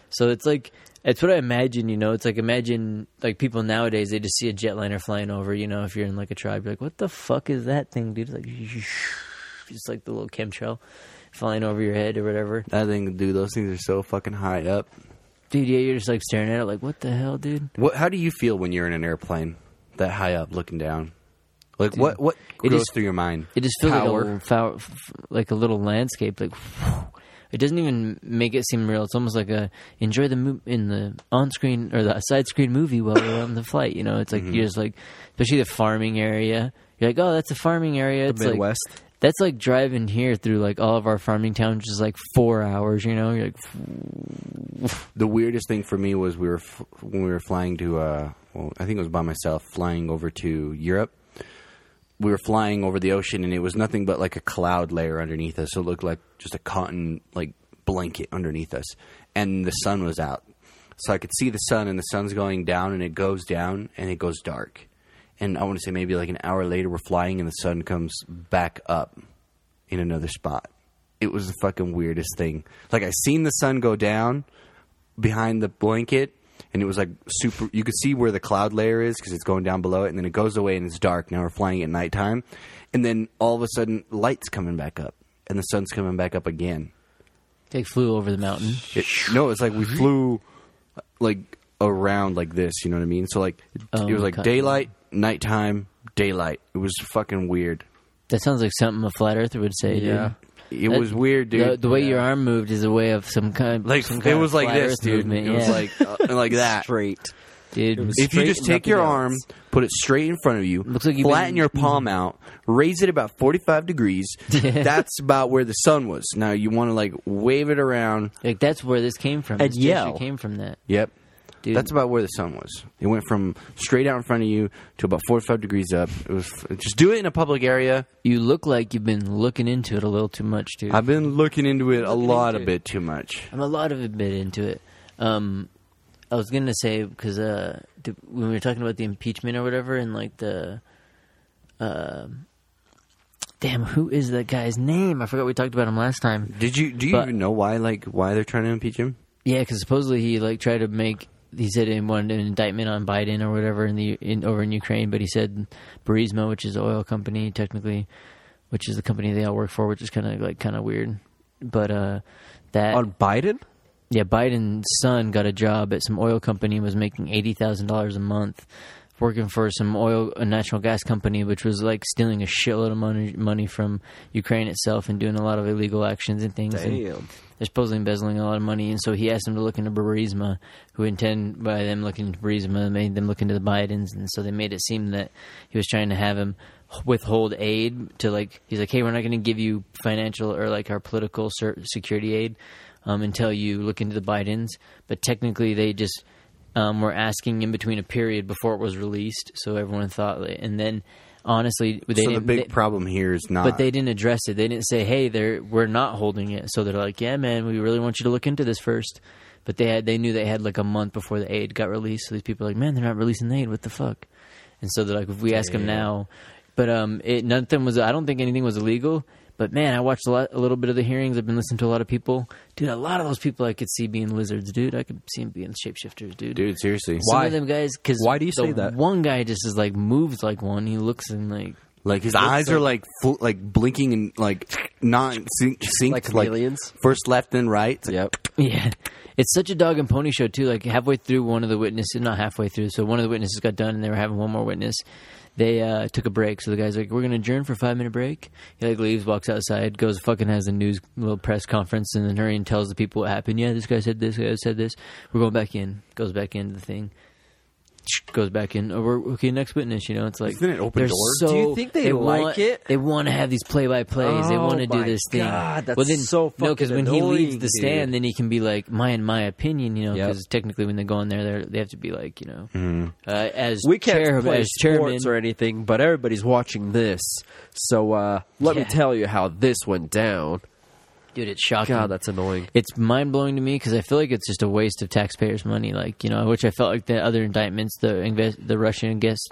Speaker 6: So it's like it's what I imagine. You know, it's like imagine like people nowadays they just see a jetliner flying over. You know, if you're in like a tribe, you're like, "What the fuck is that thing, dude?" It's like just like the little chemtrail flying over your head or whatever,
Speaker 5: that thing, dude. Those things are so fucking high up.
Speaker 6: dude. Yeah, you're just like staring at it, like, "What the hell, dude?"
Speaker 5: What? How do you feel when you're in an airplane that high up, looking down? Like what? What
Speaker 6: it
Speaker 5: goes
Speaker 6: is-
Speaker 5: through your mind?
Speaker 6: It just feels like a,
Speaker 7: Power.
Speaker 6: little fow- f- f- like a little landscape. Like it doesn't even make it seem real. It's almost like a enjoy the mo- in the on screen or the side screen movie while we're on the flight. You know, it's like
Speaker 5: Mm-hmm.
Speaker 6: you're just like, especially the farming area. You're like, oh, that's a farming area. It's like-
Speaker 7: Midwest.
Speaker 6: that's like driving here through like all of our farming towns, which is like four hours. You know, you're like,
Speaker 5: the weirdest thing for me was we were f- when we were flying to uh, well, I think it was by myself flying over to Europe. We were flying over the ocean and it was nothing but like a cloud layer underneath us. So it looked like just a cotton like blanket underneath us, and the sun was out, so I could see the sun and the sun's going down and it goes down and it goes dark. And I want to say maybe like an hour later we're flying and the sun comes back up in another spot. It was the fucking weirdest thing. Like I seen the sun go down behind the blanket, and it was like super. You could see where the cloud layer is because it's going down below it, and then it goes away and it's dark. Now we're flying at nighttime, and then all of a sudden, lights coming back up, and the sun's coming back up again.
Speaker 6: they flew over the mountain.
Speaker 5: It, no, it's like we flew like around like this. You know what I mean? So like it,
Speaker 6: Oh,
Speaker 5: it was like
Speaker 6: okay.
Speaker 5: daylight, nighttime, daylight. It was fucking weird.
Speaker 6: That sounds like something a flat earther would say.
Speaker 7: Yeah.
Speaker 6: dude.
Speaker 5: It
Speaker 6: That-
Speaker 5: was weird, dude.
Speaker 6: The, the way your arm moved is a way of some kind.
Speaker 5: like
Speaker 6: some
Speaker 5: it
Speaker 6: kind
Speaker 5: was
Speaker 6: of
Speaker 5: like
Speaker 6: flat
Speaker 5: this,
Speaker 6: Earth
Speaker 5: dude.
Speaker 6: movement,
Speaker 5: It was
Speaker 6: yeah.
Speaker 5: like uh, like that.
Speaker 7: Straight.
Speaker 6: dude.
Speaker 5: If you
Speaker 7: straight,
Speaker 5: just take
Speaker 7: nothing
Speaker 5: your
Speaker 7: else.
Speaker 5: arm, put it straight in front of you,
Speaker 6: Looks like you've
Speaker 5: flatten
Speaker 6: been-
Speaker 5: your palm out, raise it about 45 degrees. That's about where the sun was. Now you want to like wave it around.
Speaker 6: Like that's where this came from.
Speaker 7: And
Speaker 6: This gesture
Speaker 7: yell.
Speaker 6: came from that.
Speaker 5: Yep.
Speaker 6: Dude.
Speaker 5: That's about where the sun was. It went from straight out in front of you to about 45 degrees up. It was just do it in a public area.
Speaker 6: You look like you've been looking into it a little too much, dude.
Speaker 5: I've been looking into it a lot a
Speaker 6: into it.
Speaker 5: bit too much.
Speaker 6: I'm a lot of a bit into it. Um, I was gonna say because uh, th- when we were talking about the impeachment or whatever, and like the, um, damn, who is that guy's name? I forgot we talked about him last time.
Speaker 5: Did you do you
Speaker 6: But-
Speaker 5: even know why like why they're trying to impeach him?
Speaker 6: Yeah, because supposedly he like tried to make he said he wanted an indictment on Biden or whatever in the in over in Ukraine, but he said Burisma, which is an oil company technically, which is the company they all work for, which is kind of like kind of weird. But uh, that
Speaker 7: On Biden?
Speaker 6: yeah, Biden's son got a job at some oil company and was making eighty thousand dollars a month working for some oil a natural gas company, which was like stealing a shitload of money money from Ukraine itself and doing a lot of illegal actions and things. And
Speaker 7: Damn.
Speaker 6: they're supposedly embezzling a lot of money, and so he asked them to look into Burisma, who intend by them looking into Burisma made them look into the Bidens, and so they made it seem that he was trying to have him withhold aid to like he's like, hey, we're not going to give you financial or like our political ser- security aid um, until you look into the Bidens, but technically they just um, were asking in between a period before it was released, so everyone thought, and then honestly, they
Speaker 5: so the
Speaker 6: didn't-
Speaker 5: big
Speaker 6: they-
Speaker 5: problem here is not.
Speaker 7: Uh-huh.
Speaker 6: but they didn't address it. They didn't say, "Hey, they're we're not holding it." So they're like, "Yeah, man, we really want you to look into this first. But they had they knew they had like a month before the aid got released. So these people are like, "Man, they're not releasing the aid. What the fuck?" And so they're like, "If we ask them now," but um, it nothing was. I don't think anything was illegal. But man, I watched a, lot, a little bit of the hearings. I've been listening to a lot of people, dude. A lot of those people I could see being lizards, dude. I could see them being shapeshifters, dude.
Speaker 5: dude, seriously.
Speaker 6: Some
Speaker 7: Why?
Speaker 6: of them guys, because
Speaker 7: Why do you say that?
Speaker 6: One guy just is like moves like one. He looks and like
Speaker 5: Like his eyes are like full, like blinking and like not sync, synced,
Speaker 7: Like chameleons?
Speaker 5: first left then right. It's like,
Speaker 7: Yep.
Speaker 6: Yeah, it's such a dog and pony show too. Like halfway through, one of the witnesses, not halfway through, so one of the witnesses got done, and they were having one more witness. They uh, took a break, so the guy's like, "We're gonna adjourn for a five minute break." He like leaves, walks outside, goes fucking has a news little press conference, and then hurry and tells the people what happened. Yeah, this guy said this, guy said this. We're going back in. Goes back into the thing. Goes back in. Oh, we're, okay, next witness. You know, it's like
Speaker 5: Isn't it open
Speaker 6: they're
Speaker 5: door?
Speaker 6: So,
Speaker 7: Do you think they
Speaker 6: want-
Speaker 7: like it?
Speaker 6: They want to have these play by plays. they
Speaker 7: Oh
Speaker 6: want to do
Speaker 7: my
Speaker 6: this thing.
Speaker 7: God, that's
Speaker 6: well, then,
Speaker 7: so
Speaker 6: no, because
Speaker 7: fucking
Speaker 6: when he leaves
Speaker 7: annoying,
Speaker 6: the stand,
Speaker 7: dude.
Speaker 6: then he can be like, my in my opinion, you know,
Speaker 7: Yep. Mm-hmm.
Speaker 6: because technically when they go in there, they they have to be like, you know, uh, as
Speaker 7: we can't
Speaker 6: chair,
Speaker 7: play
Speaker 6: as chairman,
Speaker 7: sports or anything, but everybody's watching this. So uh, let
Speaker 6: Yeah.
Speaker 7: me tell you how this went down.
Speaker 6: dude, it's shocking.
Speaker 7: God, that's annoying.
Speaker 6: it's mind blowing to me because I feel like it's just a waste of taxpayers' money. Like you know, which I felt like the other indictments, the invest, the Russian guest,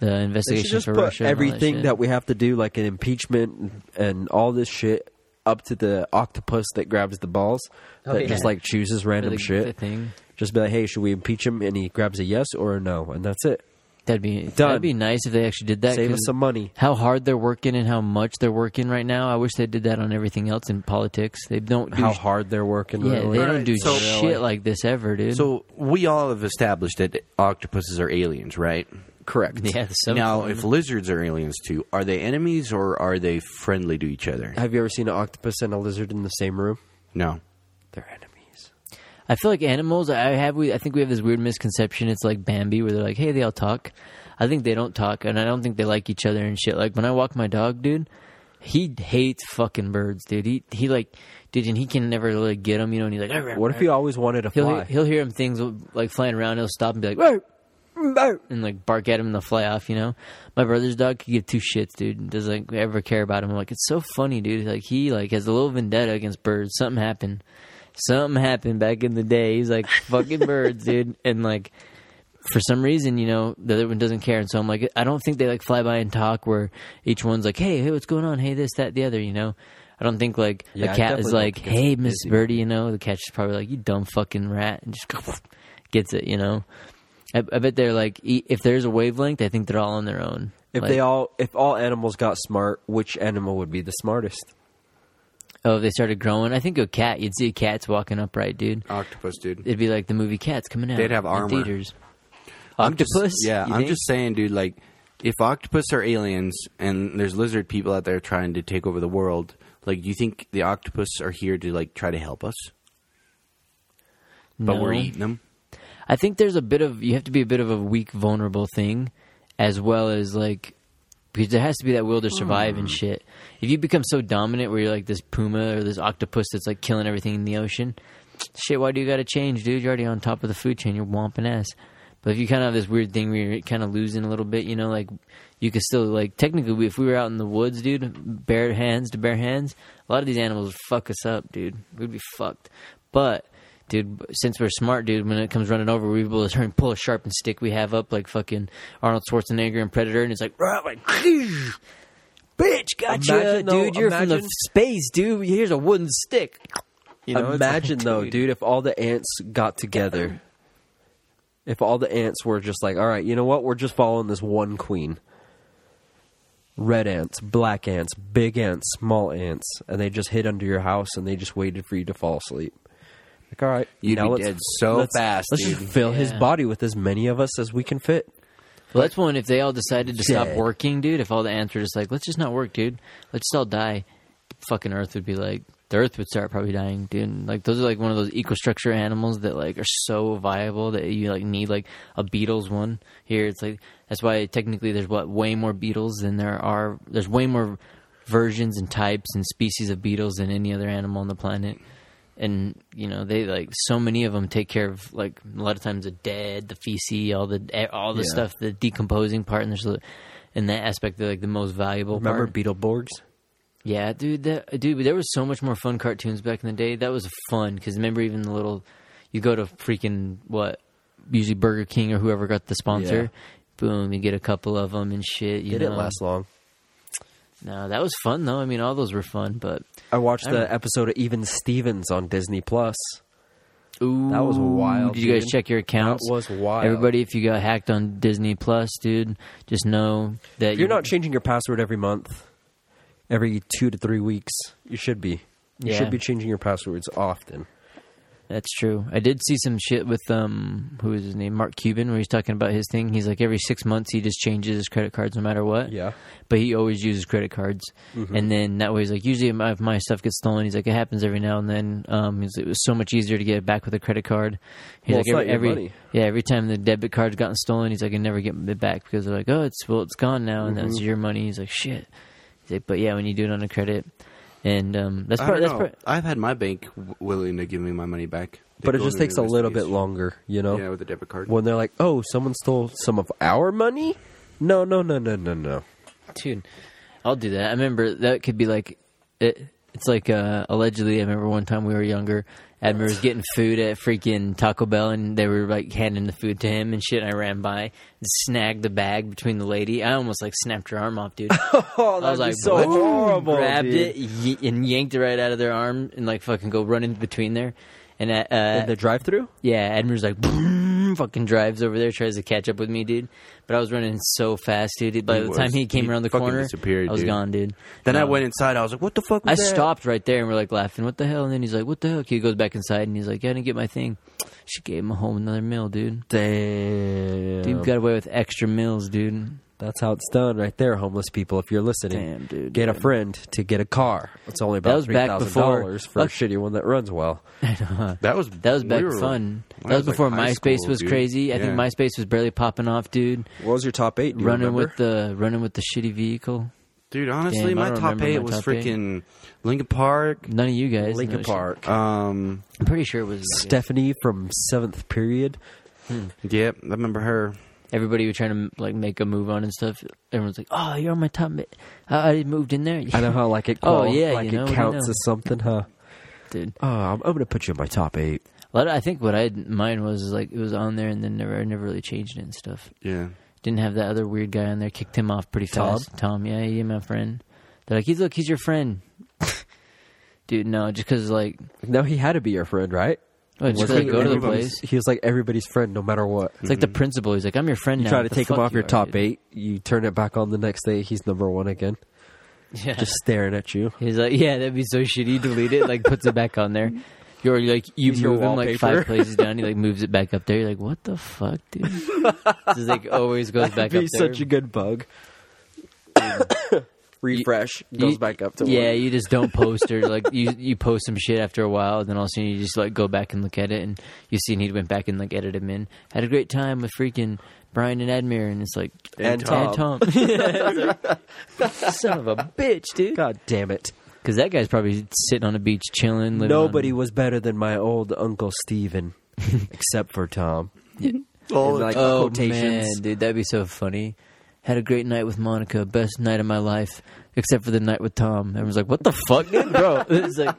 Speaker 6: the
Speaker 7: They should
Speaker 6: investigation
Speaker 7: just
Speaker 6: for
Speaker 7: put
Speaker 6: Russia, and all
Speaker 7: everything
Speaker 6: that,
Speaker 7: that,
Speaker 6: shit.
Speaker 7: we have to do, like an impeachment and all this shit, up to the octopus that grabs the balls
Speaker 6: Oh,
Speaker 7: that
Speaker 6: yeah.
Speaker 7: just like chooses random
Speaker 6: the-
Speaker 7: shit.
Speaker 6: the thing.
Speaker 7: Just be like, hey, should we impeach him? And he grabs a yes or a no, and that's it.
Speaker 6: That'd be
Speaker 7: Done.
Speaker 6: that'd be nice if they actually did that.
Speaker 7: Save
Speaker 6: 'cause
Speaker 7: us some money.
Speaker 6: How hard they're working and how much they're working right now. I wish they did that on everything else in politics. They don't. Do
Speaker 7: How
Speaker 6: sh-
Speaker 7: hard they're working.
Speaker 6: Yeah,
Speaker 7: really.
Speaker 6: they don't
Speaker 5: Right,
Speaker 6: do
Speaker 5: so-
Speaker 6: shit
Speaker 5: Really?
Speaker 6: like this ever, dude.
Speaker 5: So we all have established that octopuses are aliens, right?
Speaker 7: correct.
Speaker 6: yeah, the seventh
Speaker 5: Now,
Speaker 6: one.
Speaker 5: if lizards are aliens too, are they enemies or are they friendly to each other?
Speaker 7: Have you ever seen an octopus and a lizard in the same room?
Speaker 5: No.
Speaker 7: They're enemies.
Speaker 6: I feel like animals. I have. We. I think we have this weird misconception. It's like Bambi, where they're like, "Hey, they all talk." I think they don't talk, and I don't think they like each other and shit. Like when I walk my dog, dude, he hates fucking birds, dude. He he like, dude, and he can never like get them, you know. And he's like, "Arr, arr,
Speaker 7: What if
Speaker 6: arr."
Speaker 7: he always wanted to
Speaker 6: He'll
Speaker 7: fly?
Speaker 6: hear, he'll hear him things like flying around. He'll stop and be like, "Arr, arr," and like bark at him and they'll fly off. You know, my brother's dog could give two shits, dude. and Doesn't like, ever care about him. I'm like, it's so funny, dude. Like he like has a little vendetta against birds. Something happened. Something happened back in the day. He's like fucking birds, dude, and like for some reason, you know, the other one doesn't care. And so I'm like, I don't think they like fly by and talk where each one's like, hey, hey, what's going on? Hey, this, that, the other, you know? I don't think like
Speaker 7: Yeah, I
Speaker 6: a cat is
Speaker 7: definitely don't
Speaker 6: like,
Speaker 7: think it's
Speaker 6: hey, Miss
Speaker 7: busy.
Speaker 6: Birdie, you know? The cat's just probably like, you dumb fucking rat, and just gets it, you know? I, I bet they're like, e- if there's a wavelength, I think they're all on their own.
Speaker 7: If
Speaker 6: Like,
Speaker 7: they all, if all animals got smart, which animal would be the smartest?
Speaker 6: oh, if they started growing, I think a cat, you'd see cats walking upright, dude.
Speaker 5: Octopus, dude.
Speaker 6: It'd be like the movie Cats coming out.
Speaker 5: They'd have
Speaker 6: in
Speaker 5: armor.
Speaker 6: Theaters.
Speaker 5: I'm just-
Speaker 6: Octopus?
Speaker 5: yeah,
Speaker 6: You
Speaker 5: I'm
Speaker 6: think?
Speaker 5: just saying, dude. Like, if octopus are aliens and there's lizard people out there trying to take over the world, like, do you think the octopus are here to like try to help us? But we're
Speaker 6: No.
Speaker 5: eating them.
Speaker 6: I think there's a bit of you have to be a bit of a weak, vulnerable thing, as well as like because there has to be that will to survive and shit. If you become so dominant where you're like this puma or this octopus that's like killing everything in the ocean, shit, why do you got to change, dude? You're already on top of the food chain. You're whomping ass. But if you kind of have this weird thing where you're kind of losing a little bit, you know, like you could still like technically, we- if we were out in the woods, dude, bare hands to bare hands, a lot of these animals would fuck us up, dude. We'd be fucked. But dude, since we're smart, dude, when it comes running over, we're able to turn and pull a sharpened stick we have up like fucking Arnold Schwarzenegger and Predator, and it's like, "Rah," like, bitch, gotcha,
Speaker 7: Imagine, though-
Speaker 6: dude. You're from the
Speaker 7: imagine-
Speaker 6: space, dude. Here's a wooden stick. You know, it's
Speaker 7: Imagine
Speaker 6: like,
Speaker 7: though, dude. if all the ants got together, if all the ants were just like, all right, you know what? We're just following this one queen. Red ants, black ants, big ants, small ants, and they just hid under your house and they just waited for you to fall asleep. Like, all right,
Speaker 5: You'd
Speaker 7: now
Speaker 5: be
Speaker 7: let's-
Speaker 5: dead so
Speaker 7: let's-
Speaker 5: fast,
Speaker 7: Let's
Speaker 5: dude.
Speaker 7: just fill his
Speaker 6: Yeah.
Speaker 7: body with as many of us as we can fit.
Speaker 6: Well, that's one. If they all decided to stop
Speaker 7: Dead.
Speaker 6: working, dude, if all the ants were just like, let's just not work, dude, let's just all die, fucking Earth would be like, the Earth would start probably dying, dude. And, like those are like one of those ecostructure animals that like are so viable that you like need like a beetles one here. It's like that's why technically there's what way more beetles than there are. There's way more versions and types and species of beetles than any other animal on the planet. And you know they like so many of them take care of like a lot of times the dead, the feces, all the e, all the
Speaker 7: Yeah.
Speaker 6: stuff the decomposing part and there's a- in that aspect they're like the most valuable
Speaker 7: Remember
Speaker 6: part.
Speaker 7: Beetleborgs?
Speaker 6: yeah dude that dude there was so much more fun cartoons back in the day that was fun because remember even the little you go to freaking what usually burger king or whoever got the sponsor boom you get a couple of them and shit you
Speaker 7: It
Speaker 6: know?
Speaker 7: didn't last long.
Speaker 6: no that was fun though i mean all those were fun but
Speaker 7: I watched
Speaker 6: I
Speaker 7: the
Speaker 6: remember-
Speaker 7: episode of Even Stevens on Disney Plus.
Speaker 6: Ooh,
Speaker 7: That was wild,
Speaker 6: Did you guys
Speaker 7: dude.
Speaker 6: check your accounts?
Speaker 7: That was wild.
Speaker 6: Everybody, if you got hacked on Disney Plus, dude, just know that
Speaker 7: If you're not changing your password every month, every two to three weeks, you should be. You
Speaker 6: Yeah.
Speaker 7: should be changing your passwords often.
Speaker 6: That's true. I did see some shit with um, who is his name, Mark Cuban, where he's talking about his thing. He's like every six months he just changes his credit cards no matter what.
Speaker 7: Yeah.
Speaker 6: but he always uses credit cards,
Speaker 7: Mm-hmm.
Speaker 6: and then that way he's like, usually if my, if my stuff gets stolen, he's like, it happens every now and then. Um, he's, it was so much easier to get it back with a credit card. He's
Speaker 7: Well,
Speaker 6: like
Speaker 7: it's not
Speaker 6: every,
Speaker 7: your
Speaker 6: every-
Speaker 7: money.
Speaker 6: yeah, every time the debit card's gotten stolen, he's like, I can never get it back because they're like, oh, it's well, it's gone now, and
Speaker 7: Mm-hmm.
Speaker 6: that's your money. He's like, shit. He's like, but yeah, when you do it on a credit, and um, that's
Speaker 5: I
Speaker 6: part.
Speaker 5: don't
Speaker 6: That's
Speaker 5: know.
Speaker 6: part.
Speaker 5: I've had my bank w- willing to give me my money back, They
Speaker 7: but it
Speaker 5: go
Speaker 7: just
Speaker 5: into
Speaker 7: takes a little bit
Speaker 5: investigation.
Speaker 7: longer, you know?
Speaker 5: Yeah, with a debit card.
Speaker 7: when they're like, oh, someone stole some of our money? No, no, no, no, no, no.
Speaker 6: Dude, I'll do that. I remember that could be like, it, it's like uh, allegedly. I remember one time we were younger. Admiral was getting food at freaking Taco Bell, and they were like handing the food to him and shit. And I ran by, and snagged the bag between the lady. I almost like snapped her arm off, dude.
Speaker 7: Oh,
Speaker 6: I was like,
Speaker 7: so
Speaker 6: "Boom,"
Speaker 7: horrible.
Speaker 6: grabbed
Speaker 7: dude.
Speaker 6: it y- and yanked it right out of their arm, and like fucking go running between there. And uh, uh,
Speaker 7: In the drive through?
Speaker 6: yeah, Edmund's like boom, fucking drives over there, tries to catch up with me, dude. But I was running so fast, dude. By
Speaker 5: He
Speaker 6: the
Speaker 5: was.
Speaker 6: time he came
Speaker 5: He
Speaker 6: around the
Speaker 5: fucking
Speaker 6: corner,
Speaker 5: disappeared,
Speaker 6: I was
Speaker 5: dude.
Speaker 6: gone, dude.
Speaker 5: then I
Speaker 6: No.
Speaker 5: went inside. I was like, "What the fuck?" Was
Speaker 6: I
Speaker 5: that?
Speaker 6: stopped right there, and we're like laughing. What the hell? And then he's like, "What the hell?" He goes back inside, and he's like, "Yeah, I didn't get my thing." She gave him a whole another meal, dude.
Speaker 7: Damn.
Speaker 6: Dude got away with extra meals, dude.
Speaker 7: That's how it's done right there, homeless people. If you're listening,
Speaker 6: Damn, dude.
Speaker 7: get a friend to get a car. It's only
Speaker 6: That
Speaker 7: about
Speaker 6: was
Speaker 7: three
Speaker 6: back
Speaker 7: thousand
Speaker 6: before-
Speaker 7: dollars for a
Speaker 6: Look-
Speaker 7: shitty one that runs well.
Speaker 5: That was
Speaker 6: That was
Speaker 5: we
Speaker 6: back
Speaker 5: were-
Speaker 6: fun. That
Speaker 5: I
Speaker 6: was,
Speaker 5: like,
Speaker 6: before
Speaker 5: high
Speaker 6: MySpace
Speaker 5: school,
Speaker 6: was
Speaker 5: dude.
Speaker 6: crazy. I
Speaker 5: Yeah.
Speaker 6: think MySpace was barely popping off, dude.
Speaker 7: What was your top eight?
Speaker 6: running with the running with the shitty vehicle.
Speaker 5: Dude, honestly,
Speaker 6: Damn, I
Speaker 5: my
Speaker 6: don't
Speaker 5: top
Speaker 6: remember
Speaker 5: eight
Speaker 6: my
Speaker 5: was
Speaker 6: top eight.
Speaker 5: freaking Lincoln Park.
Speaker 6: None of you guys.
Speaker 7: Lincoln
Speaker 6: know,
Speaker 7: Park.
Speaker 5: Um,
Speaker 6: I'm pretty sure it was
Speaker 7: Uh, Stephanie from seventh period.
Speaker 5: yep, I remember her.
Speaker 6: everybody was trying to like make a move on and stuff. Everyone's like, "Oh, you're on my top. mi- I, I moved in there."
Speaker 7: I know how like it.
Speaker 6: Oh,
Speaker 7: qual-
Speaker 6: yeah,
Speaker 7: like
Speaker 6: you know,
Speaker 7: it
Speaker 6: you
Speaker 7: counts
Speaker 6: know.
Speaker 7: as something, huh?
Speaker 6: dude.
Speaker 7: Oh, I'm, I'm gonna put you in my top eight.
Speaker 6: A lot of- I think what I mine was is like it was on there and then never I never really changed it and stuff.
Speaker 5: Yeah.
Speaker 6: Didn't have that other weird guy on there. Kicked him off pretty
Speaker 7: Tom?
Speaker 6: fast. Tom, yeah, he's my friend. They're like, "He's look, he's your friend." Dude, no, just because like,
Speaker 7: No, he had to be your friend, right?
Speaker 6: oh, just
Speaker 7: Was
Speaker 6: 'cause I
Speaker 7: he-
Speaker 6: go to the
Speaker 5: everybody's-
Speaker 6: place.
Speaker 7: He was like everybody's friend, no matter what.
Speaker 6: It's like the principal. He's like, "I'm your friend
Speaker 7: Mm-hmm. You
Speaker 6: now." What
Speaker 7: try to
Speaker 6: the
Speaker 7: take him
Speaker 6: fuck
Speaker 7: off
Speaker 6: you
Speaker 7: your
Speaker 6: are,
Speaker 7: top
Speaker 6: dude?
Speaker 7: eight. You turn it back on the next day. He's number one again,
Speaker 6: Yeah.
Speaker 7: just staring at you.
Speaker 6: He's like, yeah, that'd be so shitty. You Delete it, like puts it back on there. You're like, you
Speaker 7: He's your
Speaker 6: move him like
Speaker 7: wallpaper.
Speaker 6: five places down. He like moves it back up there. You're like, what the fuck, dude? this is like always goes back up
Speaker 7: be
Speaker 6: there.
Speaker 7: such a good bug. Refresh goes
Speaker 6: You-
Speaker 7: back up to
Speaker 6: yeah.
Speaker 7: One.
Speaker 6: You just don't post or like you you post some shit after a while, then all of a sudden you just like go back and look at it, and you see and he went back and like edited him in. Had a great time with freaking Brian and Admir, and it's like
Speaker 7: And Tom.
Speaker 6: and Tom. son of a bitch, dude.
Speaker 7: God damn it!
Speaker 6: Because that guy's probably sitting on a beach chilling. Living
Speaker 7: Nobody
Speaker 6: on,
Speaker 7: was better than my old uncle Steven, except for Tom.
Speaker 5: Oh,
Speaker 7: And, like
Speaker 6: oh man,
Speaker 7: quotations.
Speaker 6: dude, that'd be so funny. Had a great night with Monica, best night of my life, except for the night with Tom. Everyone's like, "What the fuck, dude, bro?" It's like,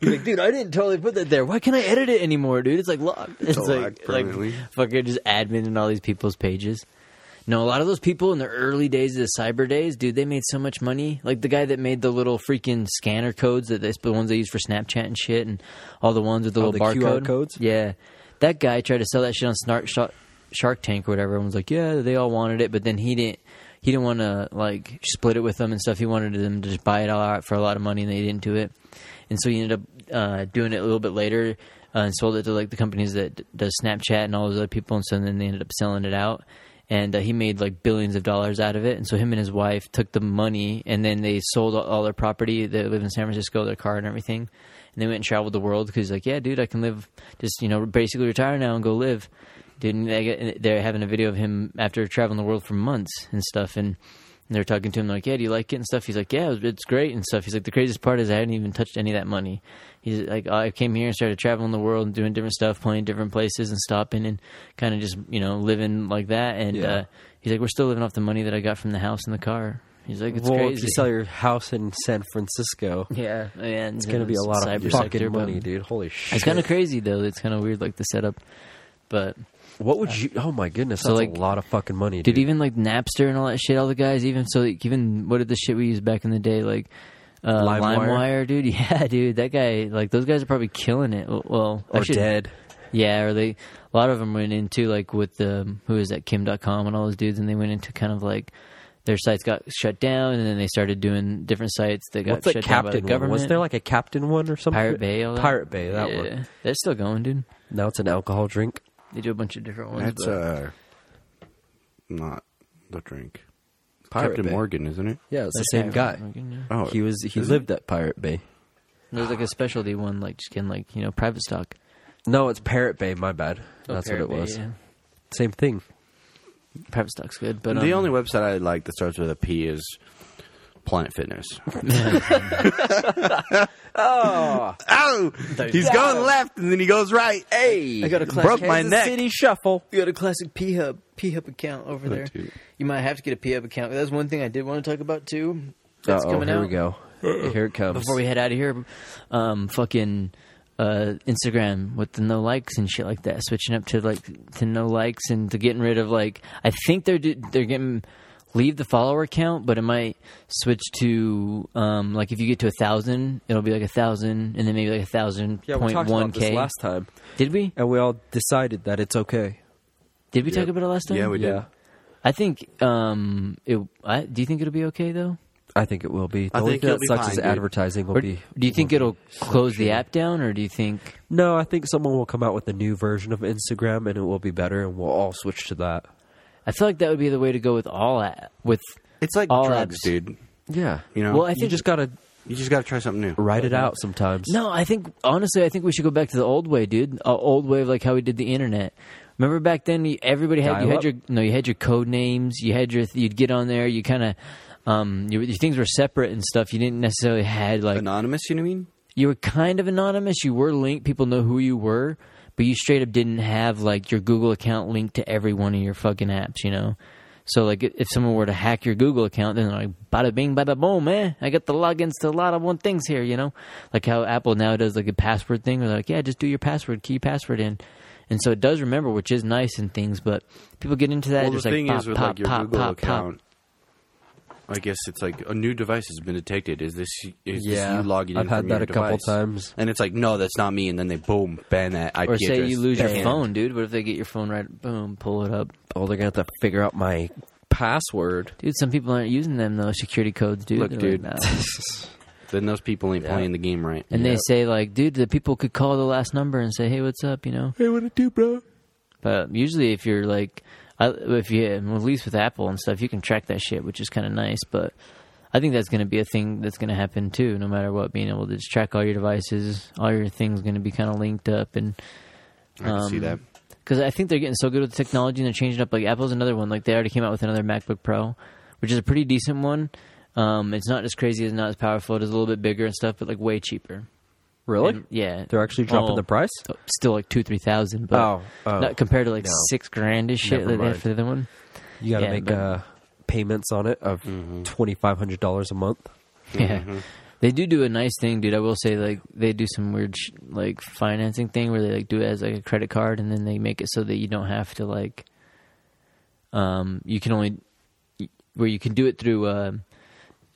Speaker 6: you're like, dude, I didn't totally put that there. Why can't I edit it anymore, dude? It's like locked. It's,
Speaker 5: all
Speaker 6: like
Speaker 5: locked
Speaker 6: like
Speaker 5: permanently.
Speaker 6: fucking just admin in all these people's pages. No, a lot of those people in the early days of the cyber days, dude, they made so much money. Like the guy that made the little freaking scanner codes that they, the ones they use for Snapchat and shit, and all the ones with the
Speaker 7: Oh,
Speaker 6: little
Speaker 7: the QR
Speaker 6: barcode
Speaker 7: codes?
Speaker 6: Yeah, that guy tried to sell that shit on Snark Shark, Shark Tank or whatever. and was like, yeah, they all wanted it, but then he didn't. He didn't want to like split it with them and stuff. He wanted them to just buy it all out for a lot of money, and they didn't do it. And so he ended up uh, doing it a little bit later uh, and sold it to like the companies that d- does Snapchat and all those other people. And so then they ended up selling it out. and uh, he made like billions of dollars out of it. And so him and his wife took the money, and then they sold all, all their property. They live in San Francisco, their car and everything, and they went and traveled the world because like, yeah, dude, I can live just you know basically retire now and go live. Dude, and they get- they're having a video of him after traveling the world for months and stuff, and. And they're talking to him like, "Yeah, do you like it and stuff?" He's like, "Yeah, it's great and stuff." He's like, "The craziest part is I hadn't even touched any of that money." He's like, "I came here and started traveling the world and doing different stuff, playing different places and stopping and kind of just you know living like that." And
Speaker 7: Yeah.
Speaker 6: uh, he's like, "We're still living off the money that I got from the house and the car." He's like, "It's
Speaker 7: well, if
Speaker 6: crazy."
Speaker 7: you sell your house in San Francisco,
Speaker 6: yeah, and uh,
Speaker 7: it's gonna be a lot of fucking money, dude. Holy shit!
Speaker 6: It's kind of crazy though. It's kind of weird, like the setup, but.
Speaker 7: What would you? Oh my goodness,
Speaker 6: So,
Speaker 7: that's
Speaker 6: like,
Speaker 7: a lot of fucking money, dude.
Speaker 6: Dude, even like Napster and all that shit, all the guys, even so, like, even what did the shit we used back in the day, like uh,
Speaker 7: LimeWire?
Speaker 6: LimeWire, dude? Yeah, dude, that guy, like those guys are probably killing it. Well,
Speaker 7: or
Speaker 6: actually-
Speaker 7: dead.
Speaker 6: yeah, or they a lot of them went into like with the who is that Kim.com and all those dudes, and they went into kind of like their sites got shut down, and then they started doing different sites that got
Speaker 7: What's the
Speaker 6: shut down by the
Speaker 7: captain one?
Speaker 6: government.
Speaker 7: Was there like a captain one or something?
Speaker 6: Pirate Bay? All that?
Speaker 7: Pirate Bay, that
Speaker 6: yeah.
Speaker 7: one.
Speaker 6: They're still going, dude.
Speaker 7: Now it's an alcohol drink.
Speaker 6: They do a bunch of different ones.
Speaker 5: That's
Speaker 6: but-
Speaker 5: uh, not the drink.
Speaker 7: Pirate
Speaker 5: Captain
Speaker 7: Bay.
Speaker 5: Morgan, isn't it?
Speaker 7: Yeah, it's the
Speaker 6: That's
Speaker 7: same guy.
Speaker 6: Pirate Morgan, yeah.
Speaker 5: Oh,
Speaker 7: he was he
Speaker 5: is it?
Speaker 7: lived at Pirate Bay.
Speaker 6: There's like a specialty one, like just getting like you know private stock.
Speaker 7: No, it's Parrot Bay. My bad.
Speaker 6: Oh,
Speaker 7: That's what it was. Same thing.
Speaker 6: Private stock's good, but
Speaker 5: the
Speaker 6: um,
Speaker 5: only website I like that starts with a P is Planet Fitness. oh, oh! He's going left and then he goes right. Hey,
Speaker 6: I got a class
Speaker 5: broke my neck.
Speaker 7: City Shuffle.
Speaker 6: you got a classic P Hub P Hub account
Speaker 7: Oh,
Speaker 6: over there.
Speaker 5: dude.
Speaker 6: You might have to get a P Hub account. That's one thing I did want to talk about too. That's
Speaker 7: Uh-oh,
Speaker 6: coming
Speaker 7: here
Speaker 6: out.
Speaker 7: we go. Here it comes.
Speaker 6: Before we head out of here, um, fucking uh, Instagram with the no likes and shit like that, switching up to like to no likes and to getting rid of like I think they're do- they're getting leave the follower count, but it might switch to um, like if you get to a thousand, it'll be like a thousand, and then maybe like a thousand
Speaker 7: yeah, we
Speaker 6: point
Speaker 7: talked
Speaker 6: one
Speaker 7: about this
Speaker 6: k.
Speaker 7: last time,
Speaker 6: Did we?
Speaker 7: and we all decided that it's okay.
Speaker 6: Did we talk about it last time?
Speaker 5: Yeah, we did.
Speaker 7: Yeah.
Speaker 6: I think. Um, it. I, do you think it'll be okay though?
Speaker 7: I think it will be. The
Speaker 5: I
Speaker 7: only
Speaker 5: think
Speaker 7: thing
Speaker 5: it'll
Speaker 7: that
Speaker 5: be
Speaker 7: sucks
Speaker 5: fine,
Speaker 7: is
Speaker 5: dude.
Speaker 7: advertising will
Speaker 6: Or do
Speaker 7: be.
Speaker 6: you think
Speaker 7: will be-
Speaker 6: it'll close the app down, or do you think?
Speaker 7: No, I think someone will come out with a new version of Instagram, and it will be better, and we'll all switch to that.
Speaker 6: I feel like that would be the way to go with all app, with
Speaker 5: It's like
Speaker 6: all
Speaker 5: drugs,
Speaker 6: apps.
Speaker 5: dude.
Speaker 7: Yeah,
Speaker 5: You know,
Speaker 6: Well, I
Speaker 7: I
Speaker 6: think
Speaker 7: think you just gotta
Speaker 5: you just got to try something new.
Speaker 7: write it out sometimes.
Speaker 6: No, I think honestly, I think we should go back to the old way, dude. Uh, old way of like how we did the internet. Remember back then, you- everybody had you
Speaker 7: Dial
Speaker 6: had
Speaker 7: up?
Speaker 6: your no, you had your code names. You had your you'd get on there. You kind of um, your, your things were separate and stuff. You didn't necessarily had like
Speaker 5: Anonymous, you know what I mean?
Speaker 6: you were kind of anonymous. You were linked. People know who you were, but you straight up didn't have like your Google account linked to every one of your fucking apps. You know. So like, if someone were to hack your Google account, then they're like, bada bing, bada boom, man. I got the logins to a lot of one things here, you know. Like how Apple now does like a password thing, where they're like, yeah, just do your password, key password in, and so it does remember, which is nice and things. But people get into that.
Speaker 5: Well, the
Speaker 6: just
Speaker 5: thing
Speaker 6: like, pop,
Speaker 5: is with
Speaker 6: pop,
Speaker 5: like your
Speaker 6: pop,
Speaker 5: Google
Speaker 6: pop,
Speaker 5: account,
Speaker 6: Pop.
Speaker 5: I guess it's like a new device has been detected. Is this is
Speaker 7: Yeah,
Speaker 5: this you logging in?
Speaker 7: I've had
Speaker 5: from
Speaker 7: that
Speaker 5: your
Speaker 7: a couple
Speaker 5: device?
Speaker 7: times.
Speaker 5: and it's like, no, that's not me. And then they boom ban that IP
Speaker 6: Or say
Speaker 5: address.
Speaker 6: you lose your
Speaker 5: Banned.
Speaker 6: phone, dude. What if they get your phone right? Boom, pull it up.
Speaker 7: Oh, they're gonna have to figure out my password.
Speaker 6: Dude, some people aren't using them though. Security codes, dude.
Speaker 5: Look,
Speaker 6: They're like,
Speaker 5: dude.
Speaker 6: "Nah."
Speaker 5: Then those people ain't playing the game right.
Speaker 6: and they say like, dude, the people could call the last number and say, hey, what's up, you know?
Speaker 7: Hey, what it do, bro?
Speaker 6: But usually, if you're like, I, if you at least with Apple and stuff, you can track that shit, which is kind of nice. But I think that's going to be a thing that's going to happen too, no matter what. Being able to just track all your devices, all your things going to be kind of linked up and
Speaker 5: I can see
Speaker 6: Um,
Speaker 5: that.
Speaker 6: because I think they're getting so good with technology and they're changing up. Like Apple's another one. Like they already came out with another MacBook Pro, which is a pretty decent one. Um, it's not as crazy, it's not as powerful, it is a little bit bigger and stuff, but like way cheaper.
Speaker 7: Really?
Speaker 6: And- yeah,
Speaker 7: They're actually dropping
Speaker 6: Oh,
Speaker 7: the price.
Speaker 6: Still like two, three thousand, but
Speaker 7: Oh, oh.
Speaker 6: not compared to like
Speaker 7: No.
Speaker 6: six grand and shit
Speaker 7: Never
Speaker 6: that they had
Speaker 7: mind.
Speaker 6: for the other one.
Speaker 7: You gotta
Speaker 6: Yeah,
Speaker 7: make
Speaker 6: but-
Speaker 7: uh, payments on it of five hundred dollars a month.
Speaker 6: Yeah. Mm-hmm. They do do a nice thing, dude. I will say, like, they do some weird, sh- like, financing thing where they, like, do it as, like, a credit card and then they make it so that you don't have to, like, um, you can only, where you can do it through, uh,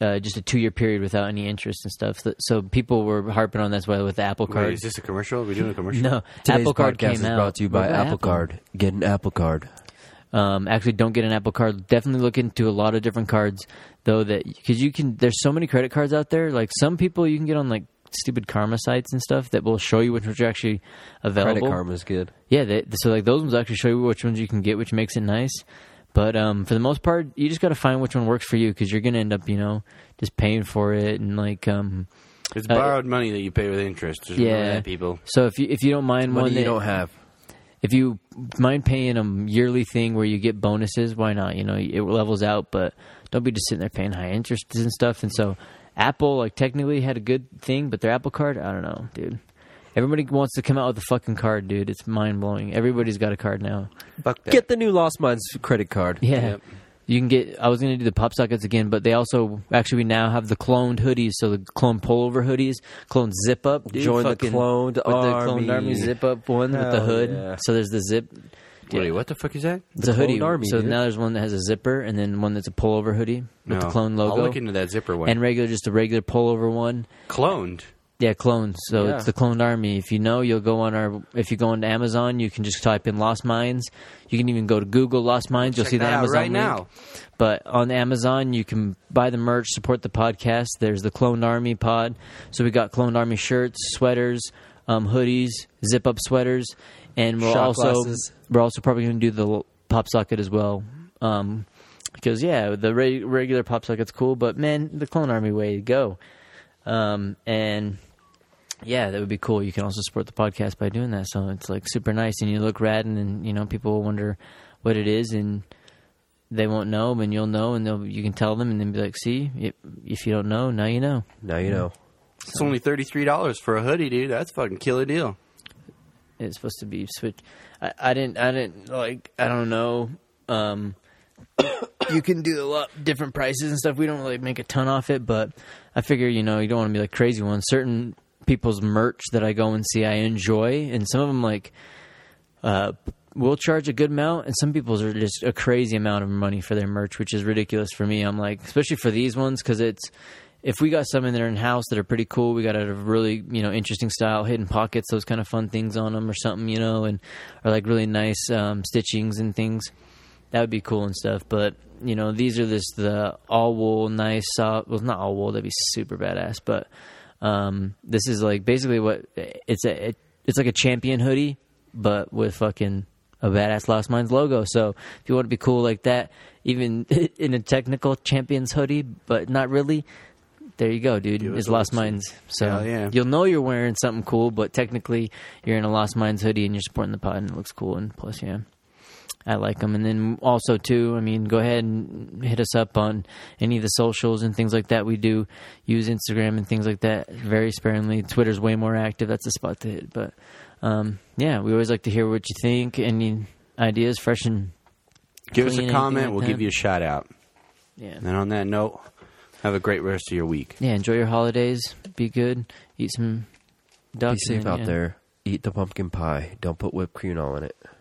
Speaker 6: uh, just a two year period without any interest and stuff. So, so people were harping on that's why with the Apple
Speaker 5: Wait,
Speaker 6: Card.
Speaker 5: is this a commercial? Are we doing a commercial?
Speaker 6: no,
Speaker 7: Today's
Speaker 6: Apple Card
Speaker 7: podcast
Speaker 6: came
Speaker 7: is
Speaker 6: out.
Speaker 7: brought to you by
Speaker 6: What about
Speaker 7: Apple Card. Get an Apple Card.
Speaker 6: um, actually, don't get an Apple Card. Definitely look into a lot of different cards, though. That because you can, there's so many credit cards out there. Like some people, you can get on like stupid karma sites and stuff that will show you which ones are actually available.
Speaker 7: Credit Karma is good.
Speaker 6: Yeah, they, so like those ones actually show you which ones you can get, which makes it nice. But um, for the most part, you just got to find which one works for you because you're gonna end up, you know, just paying for it and like um,
Speaker 5: It's
Speaker 6: Uh,
Speaker 5: borrowed money that you pay with interest. Just remember
Speaker 6: yeah,
Speaker 5: that, people.
Speaker 6: So if you if you don't mind
Speaker 7: Money
Speaker 6: one
Speaker 7: you
Speaker 6: that-
Speaker 7: don't have.
Speaker 6: if you mind paying a yearly thing where you get bonuses, why not? You know, it levels out, but don't be just sitting there paying high interest and stuff. And so, Apple like technically had a good thing, but their Apple Card, I don't know, dude. Everybody wants to come out with a fucking card, dude. It's mind blowing. Everybody's got a card now.
Speaker 5: Fuck that.
Speaker 7: Get the new Lost Mines credit card.
Speaker 6: Yeah. You can get. I was going to do the pop sockets again, but they also actually we now have the cloned hoodies, so the clone pullover hoodies, clone zip up. Dude,
Speaker 7: Join the
Speaker 6: fucking-
Speaker 7: cloned
Speaker 6: with the cloned army
Speaker 7: army.
Speaker 6: zip up one with the
Speaker 7: Hell
Speaker 6: hood.
Speaker 7: yeah.
Speaker 6: So there's the zip.
Speaker 5: Wait, what the fuck is that?
Speaker 6: It's a hoodie.
Speaker 7: cloned army,
Speaker 6: so
Speaker 7: dude.
Speaker 6: now there's one that has a zipper, and then one that's a pullover hoodie with the
Speaker 5: No.
Speaker 6: clone logo,
Speaker 5: I'll look into that zipper one.
Speaker 6: and regular just a regular pullover one.
Speaker 5: cloned.
Speaker 6: Yeah, clones. So
Speaker 7: Yeah.
Speaker 6: it's the cloned army. If you know, you'll go on our. If you go into Amazon, you can just type in Lost Mines. You can even go to Google Lost Mines. You'll
Speaker 5: Check
Speaker 6: see the
Speaker 5: that out
Speaker 6: Amazon
Speaker 5: right
Speaker 6: link.
Speaker 5: now.
Speaker 6: But on Amazon, you can buy the merch, support the podcast. There's the Cloned Army pod. So we got Cloned Army shirts, sweaters, um, hoodies, zip up sweaters, and we're
Speaker 7: Shot
Speaker 6: also
Speaker 7: glasses.
Speaker 6: we're also probably going to do the l- pop socket as well. Um, because yeah, the re- regular pop socket's cool, but man, the Clone Army way to go. Um, and yeah, that would be cool. You can also support the podcast by doing that. So it's like super nice, and you look rad, and, then you know people will wonder what it is, and they won't know, and you'll know, and they'll you can tell them, and then be like, "See, if, if you don't know, now you know."
Speaker 7: Now you know.
Speaker 5: It's only thirty three dollars for a hoodie, dude. That's fucking killer deal.
Speaker 6: It's supposed to be switch. I, I didn't. I didn't like. I don't know. Um, you can do a lot different prices and stuff. We don't really make a ton off it, but I figure you know you don't want to be like crazy ones. Certain people's merch that I go and see, I enjoy, and some of them like uh, will charge a good amount, and some people's are just a crazy amount of money for their merch, which is ridiculous for me. I'm like, especially for these ones, because it's if we got some in there in house that are pretty cool, we got a really you know interesting style, hidden pockets, those kind of fun things on them or something, you know, and are like really nice um, stitchings and things. That would be cool and stuff, but you know these are this the all wool nice soft. Well, not all wool. That'd be super badass, but um, this is like basically what it's a it, it's like a champion hoodie, but with fucking a badass Lost Minds logo. So if you want to be cool like that, even in a technical champions hoodie, but not really, there you go, dude.
Speaker 5: it
Speaker 6: It's
Speaker 5: a
Speaker 6: Lost
Speaker 5: little-
Speaker 6: Minds. So
Speaker 5: Hell yeah.
Speaker 6: you'll know you're wearing something cool, but technically you're in a Lost Minds hoodie and you're supporting the pod, and it looks cool. And plus, yeah. I like them. And then also too, I mean, go ahead and hit us up on any of the socials and things like that. We do use Instagram and things like that very sparingly. Twitter's way more active. That's the spot to hit. But um, yeah, we always like to hear what you think. Any ideas, fresh and
Speaker 5: Give us
Speaker 6: Clean,
Speaker 5: a
Speaker 6: anything
Speaker 5: comment.
Speaker 6: like
Speaker 5: we'll
Speaker 6: that.
Speaker 5: give you a shout out.
Speaker 6: yeah.
Speaker 5: And on that note, have a great rest of your week.
Speaker 6: Yeah, enjoy your holidays. Be good. Eat some duck.
Speaker 7: Be safe
Speaker 6: and then,
Speaker 7: out
Speaker 6: yeah.
Speaker 7: there. Eat the pumpkin pie. Don't put whipped cream all in it.